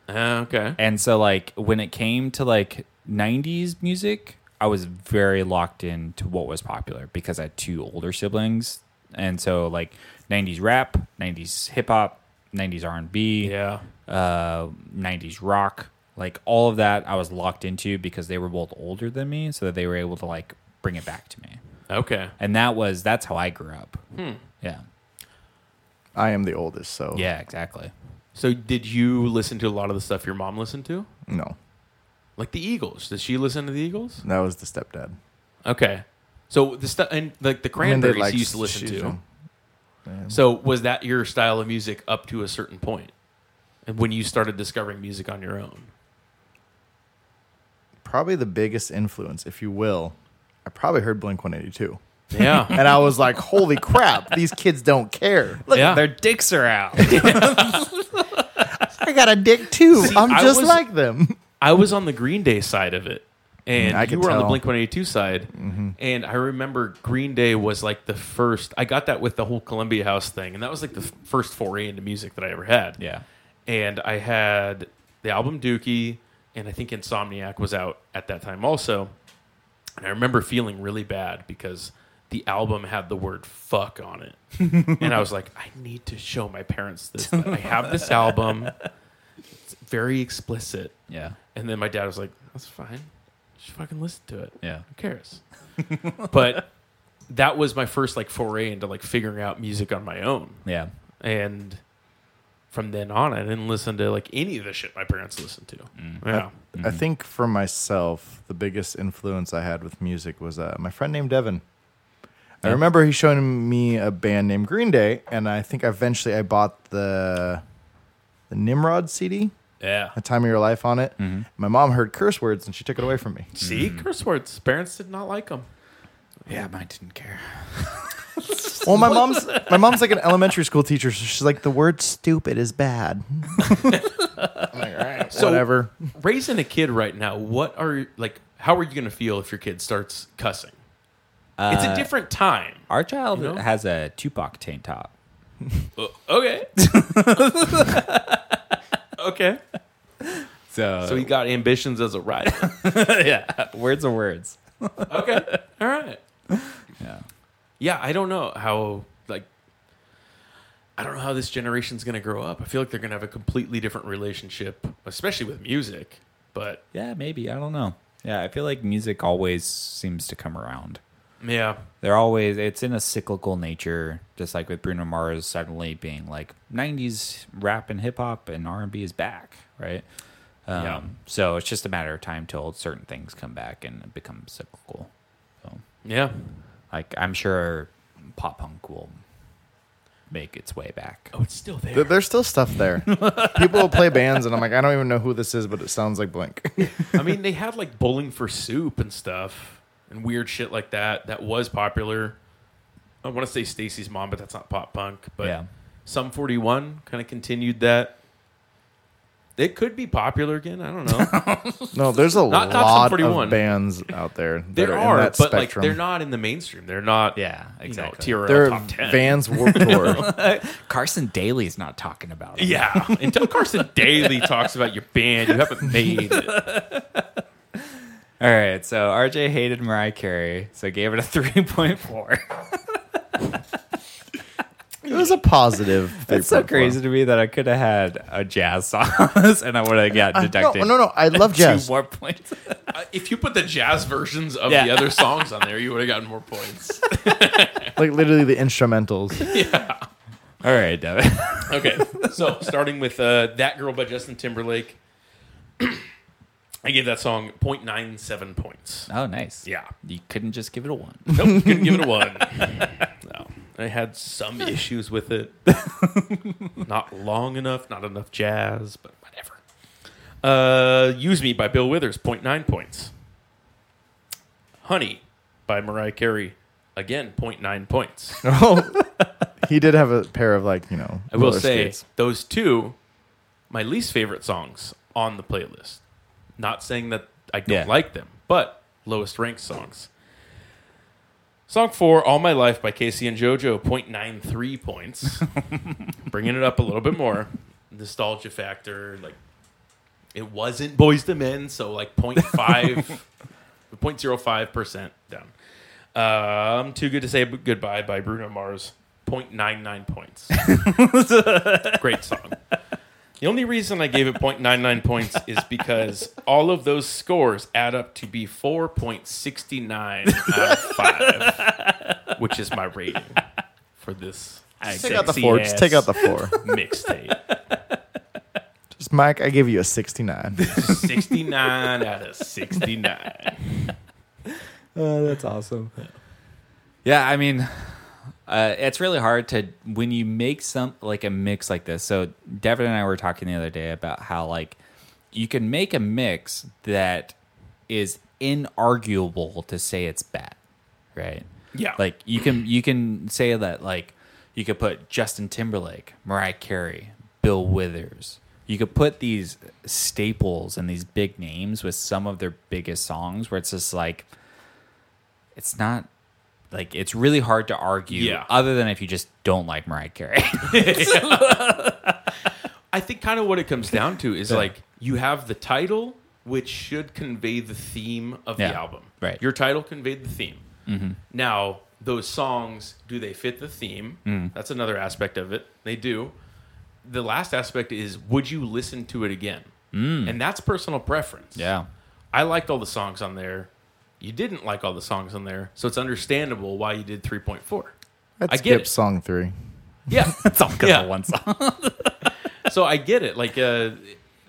C: Uh, okay,
B: And so like when it came to like 90s music, I was very locked in to what was popular because I had two older siblings. And so like 90s rap, 90s hip hop, 90s R&B,
C: yeah,
B: uh 90s rock, like all of that I was locked into because they were both older than me so that they were able to like bring it back to me.
C: okay.
B: And that was that's how I grew up. Yeah.
D: I am the oldest, so
B: Yeah, exactly.
C: So, did you listen to a lot of the stuff your mom listened to,
D: no,
C: like the Eagles? Did she listen to the Eagles?
D: that was the stepdad.
C: Okay, so the stuff and like the
D: I mean, they
C: Cranberries
D: like
C: you used to listen
D: shoes
C: to.
D: and-
C: So, was that your style of music up to a certain point, and when you started discovering music on your own?
D: Probably the biggest influence, if you will. I probably heard Blink 182.
C: Yeah,
D: And I was like, holy crap, these kids don't care. Look,
C: yeah.
B: Their dicks are out.
D: I got a dick too. I'm
C: I
D: just
C: was-
D: like them.
C: I was on the Green Day side of it, and
D: Mm, I
C: you
D: could
C: were on the
D: tell. Mm-hmm.
C: Blink One Eighty Two side. And I remember Green Day was like the first. I got that with the whole Columbia House thing, and that was like the f- first foray into music that I ever had.
B: yeah.
C: and I had the album Dookie, and I think Insomniac was out at that time also. And I remember feeling really bad because the album had the word fuck on it. and I was like, I need to show my parents this. that I have this album. It's very explicit.
B: Yeah.
C: And then my dad was like, That's fine. Just fucking listen to it.
B: Yeah.
C: Who cares? but that was my first like foray into like figuring out music on my own
B: Yeah.
C: and from then on i didn't listen to like any of the shit my parents listened to yeah
D: I think for myself, the biggest influence I had with music was uh, my friend named Devin. I
B: Yeah.
D: remember he showed me a band named Green Day, and I think eventually I bought the the Nimrod CD,
C: yeah
D: "A Time of Your Life" on it.
C: Mm.
B: Mm-hmm.
D: My mom heard curse words, and she took it away from me.
C: see curse words parents did not like them
B: Yeah, mine didn't care.
D: Well, my mom's my mom's like an elementary school teacher, so she's like, "The word stupid is bad." I'm like, all right,
C: So-
D: whatever.
C: raising a kid right now what are like how are you gonna feel if your kid starts cussing it's
B: Uh,
C: a different time
B: Our child
C: Uh, You know?
B: has a Tupac tank top.
C: Uh, okay okay
B: So,
C: so he got ambitions as a writer
B: yeah, words are words.
C: okay all right
B: Yeah.
C: yeah i don't know how like i don't know how this generation's going to grow up i feel like they're going to have a completely different relationship especially with music but
B: Yeah, maybe. I don't know. Yeah, I feel like music always seems to come around.
C: yeah
B: They're always it's in a cyclical nature, just like with Bruno Mars suddenly being like '90s rap and hip hop and R&B is back, right? Um,
C: Yeah.
B: So it's just a matter of time till certain things come back and it becomes cyclical. So,
C: yeah
B: like, I'm sure pop punk will make its way back.
C: oh it's still there
D: There- There's still stuff there. People will play bands, and I'm like, I don't even know who this is, but it sounds like Blink.
C: i mean they had like bowling for soup and stuff and weird shit like that that was popular i want to say stacy's mom but that's not pop punk but
B: Yeah.
C: some 41 kind of continued that it could be popular again i don't know
D: No, there's a
C: Not Thompson
D: lot
C: 41.
D: of bands out there. that
C: there
D: in
C: are but
D: that
C: like
D: spectrum.
C: they're not in the mainstream they're not
B: Yeah,
C: you know,
B: exactly.
C: TRL
D: They're
C: top 10
D: Vans Warped Tour.
B: Carson Daly's not talking about it.
C: Yeah, until Carson Daly talks about your band, you haven't made it.
B: All right, so RJ hated Mariah Carey, so gave it a 3.4.
D: it was a positive.
B: It's so
D: 3.4.
B: crazy to me that I could have had a jazz sauce and I would have got
D: Uh,
B: deducted.
D: No, no, no. I love jazz.
B: Two more points.
C: Uh, if you put the jazz versions of the
B: Yeah.
C: other songs on there, you would have gotten more points.
D: Like literally the instrumentals.
B: All right, Devin.
C: Okay, so starting with uh, "That Girl" by Justin Timberlake, I gave that song 0.97 points.
B: Oh, nice.
C: Yeah,
B: You couldn't just give it a one.
C: nope, couldn't give it a one. No, I had some issues with it. not long enough, not enough jazz, but whatever. Uh, "Use Me" by Bill Withers, 0.9 points. Honey by Mariah Carey. Again, 0.9 points.
D: Oh, he did have a pair of like you know.
C: I will
D: roller
C: say
D: skates.
C: those two, my least favorite songs on the playlist. Not saying that I don't
B: Yeah.
C: like them, but lowest ranked songs. Song four, "All My Life" by Casey and JoJo, 0.93 points, bringing it up a little bit more. Nostalgia factor, like it wasn't Boys to Men, so like 0.5, 0.05 percent down. Um, Too Good to Say Goodbye by Bruno Mars, 0.99 points. Great song. The only reason I gave it 0.99 points is because all of those scores add up to be 4.69 out of 5, which is my rating for this
D: Just take out the four. Just take out the four.
C: mixtape.
D: Just Mike, I give you a sixty-nine.
C: 69 out of 69.
B: Oh, that's awesome. Yeah, I mean, uh, it's really hard to when you make some like a mix like this. So Devin and I were talking the other day about how like you can make a mix that is inarguable to say it's bad, right?
C: Yeah.
B: Like you can you can say that like you could put Justin Timberlake, Mariah Carey, Bill Withers. You could put these staples and these big names with some of their biggest songs where it's just like it's not like it's really hard to argue
C: Yeah.
B: other than if you just don't like Mariah Carey.
C: I think kind of what it comes down to is like you have the title, which should convey the theme of
B: Yeah,
C: the album.
B: right. Mm-hmm.
C: Your title conveyed the theme. Now, those songs, do they fit the theme?
B: Mm.
C: That's another aspect of it. They do. The last aspect is would you listen to it again?
B: Mm.
C: And that's personal preference. I liked all the songs on there. You didn't like all the songs on there. So it's understandable why you did 3.4.
D: I'd
C: I get
D: skip
C: it.
D: song three.
C: Yeah.
B: It's all good
C: Yeah.
B: for one song.
C: so I get it. Like, uh,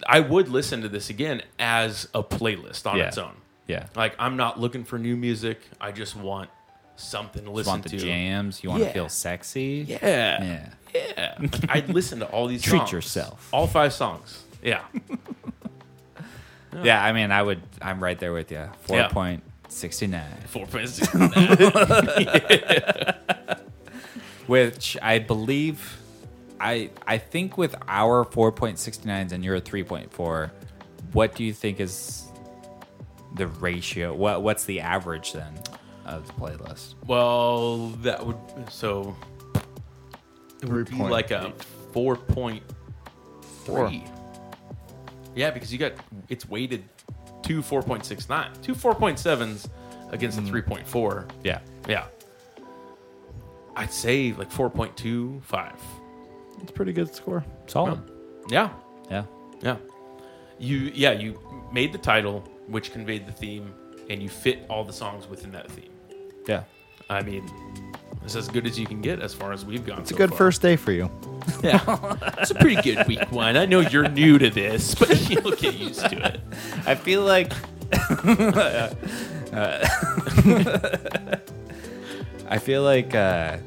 C: I would listen to this again as a playlist on
B: Yeah.
C: its own.
B: Yeah.
C: Like, I'm not looking for new music. I just want something to
B: You
C: listen
B: want the
C: to.
B: jams, you want
C: Yeah.
B: to feel sexy.
C: Yeah.
B: Yeah.
C: Yeah. Like, I'd listen to all these
B: Treat
C: songs.
B: yourself.
C: All five songs. Yeah.
B: Yeah, I mean I would I'm right there with you.
C: Yeah.
B: 4.69.
C: Four points. yeah.
B: Which I believe I I think with our 4.69s and your 3.4, what do you think is the ratio? What what's the average then of the playlist?
C: Well, that would. So, it would be
D: Three point
C: like a 4.3.
D: Four.
C: Yeah, because you got. It's weighted two 4.69. Two 4.7s against
B: Mm.
C: a 3.4.
B: Yeah.
C: Yeah. I'd say like 4.25.
D: It's a pretty good score.
B: Solid.
C: Yeah.
B: Yeah.
C: Yeah. You yeah, you made the title which conveyed the theme and you fit all the songs within that theme.
B: Yeah.
C: I mean, it's as good as you can get as far as we've gone.
D: It's a good first day for you.
C: Yeah. it's a pretty good week one. I know you're new to this, but you'll get used to it.
B: I feel like. I feel like uh,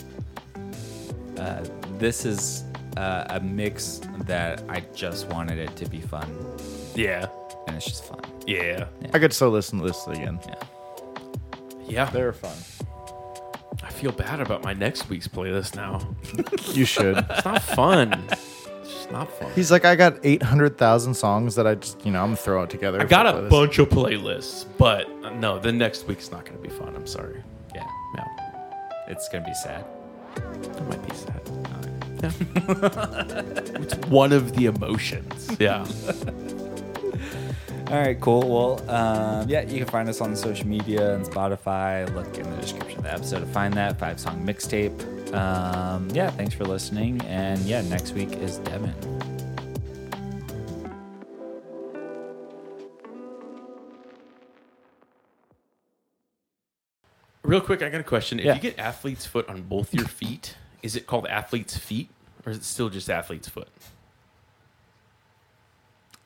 B: uh, this is uh, a mix that I just wanted it to be fun,
C: Yeah.
B: and it's just fun.
C: Yeah.
D: I could so listen to this again.
C: Yeah.
D: They're fun.
C: I feel bad about my next week's playlist now.
D: You should.
C: It's not fun. It's just not fun.
D: He's like, I got eight hundred thousand songs that I just, you know, I'm throwing together.
C: I got
D: for
C: a
D: this.
C: bunch of playlists, but uh, no, the next week's not going to be fun. I'm sorry.
B: Yeah,
C: Yeah,
B: it's gonna be sad.
C: it might be sad. Yeah. it's one of the emotions. Yeah.
B: All right, cool. Well, um, yeah, you can find us on social media and Spotify. Look in the description of the episode to find that five song mixtape. Um, yeah, thanks for listening, and yeah, next week is Devin.
C: Real quick, I got a question. If
D: Yeah.
C: you get athlete's foot on both your feet, is it called athlete's feet or is it still just athlete's foot?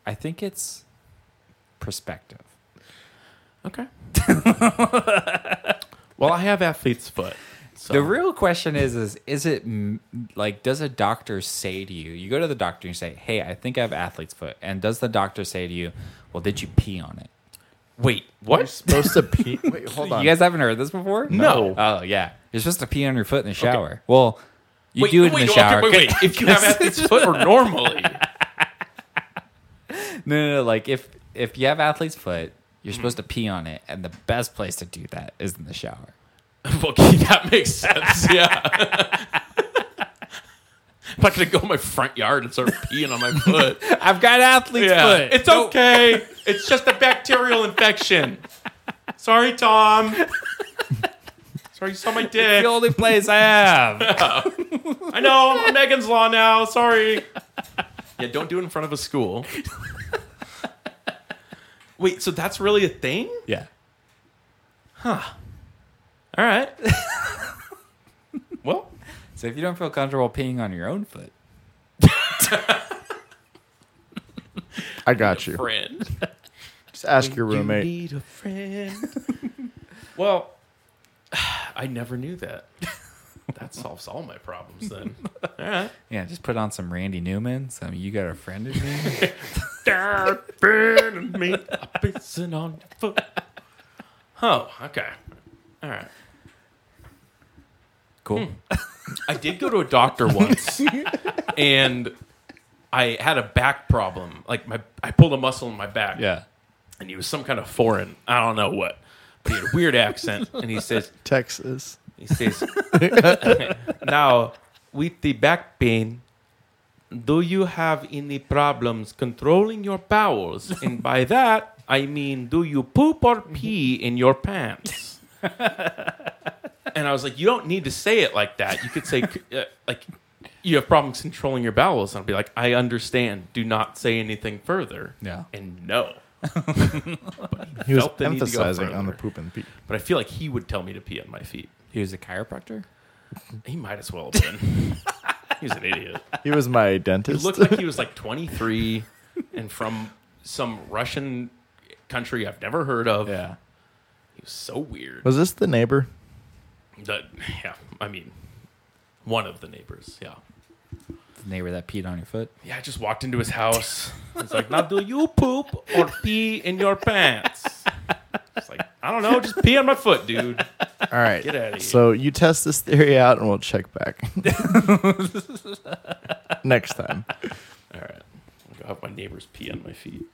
B: I think it's perspective.
C: Okay. well, I have athlete's foot. So
B: The real question is: is is it m- like does a doctor say to you? You go to the doctor and you say, "Hey, I think I have athlete's foot," and does the doctor say to you, "Well, did you pee on it?"
C: Wait,
D: You're
C: what?
D: supposed to pee. Wait, hold on.
B: You guys haven't heard this before?
C: No.
B: Oh yeah, you're supposed to pee on your foot in the shower. Well, you
C: wait,
B: do it
C: wait,
B: in the
C: wait,
B: shower.
C: Wait, wait, wait. if you have athlete's foot or normally,
B: No, no, no, like if if you have athlete's foot, you're
C: Mm-hmm.
B: supposed to pee on it, and the best place to do that is in the shower.
C: okay, that makes sense. Yeah. I'm not gonna go in my front yard and start peeing on my foot.
B: I've got athlete's
C: Yeah.
B: foot.
C: It's okay. It's just a bacterial infection. Sorry, Tom. Sorry, you saw my dick.
B: the only place I have.
C: I know. I'm Megan's Law now. Sorry. Yeah, don't do it in front of a school. Wait, so that's really a thing?
B: yeah.
C: All right. well,
B: So if you don't feel comfortable peeing on your own foot,
D: I got you.
C: friend.
D: Just ask your roommate.
C: need a friend. well, I never knew that. That solves all my problems then. All right.
B: yeah, just put on some Randy Newman. Some you got a friend in me.
C: burning me. I'm pissing on your foot. Oh, okay. All right.
B: Cool.
C: I did go to a doctor once, and I had a back problem. Like my, I pulled a muscle in my back.
B: Yeah.
C: and he was some kind of foreign. I don't know what. But he had a weird accent, and he says,
D: Texas.
C: He says, Now, with the back pain, do you have any problems controlling your bowels? And by that, I mean, do you poop or pee in your pants? and I was like, You don't need to say it like that. You could say, uh, like, you have problems controlling your bowels. And I'll be like, I understand. Do not say anything further.
B: Yeah.
C: And no.
D: He was
C: Felt the need to go
D: emphasizing on the
C: further.
D: poop and pee.
C: But I feel like he would tell me to pee on my feet.
B: He was a chiropractor.
C: He might as well have been. He's an idiot.
D: He was my
C: He
D: dentist.
C: looked like he was like 23 and from some Russian country I've never heard of.
B: Yeah.
C: He was so weird.
D: was this the neighbor?
C: That- yeah, I mean, one of the neighbors. Yeah.
B: The neighbor that peed on your foot.
C: Yeah, I just walked into his house. It's like, now do you poop or pee in your pants? It's like, I don't know, just pee on my foot, dude.
D: All right.
C: Get outta here.
D: So you test this theory out and we'll check back next time.
C: All right. I'll go have my neighbors pee on my feet.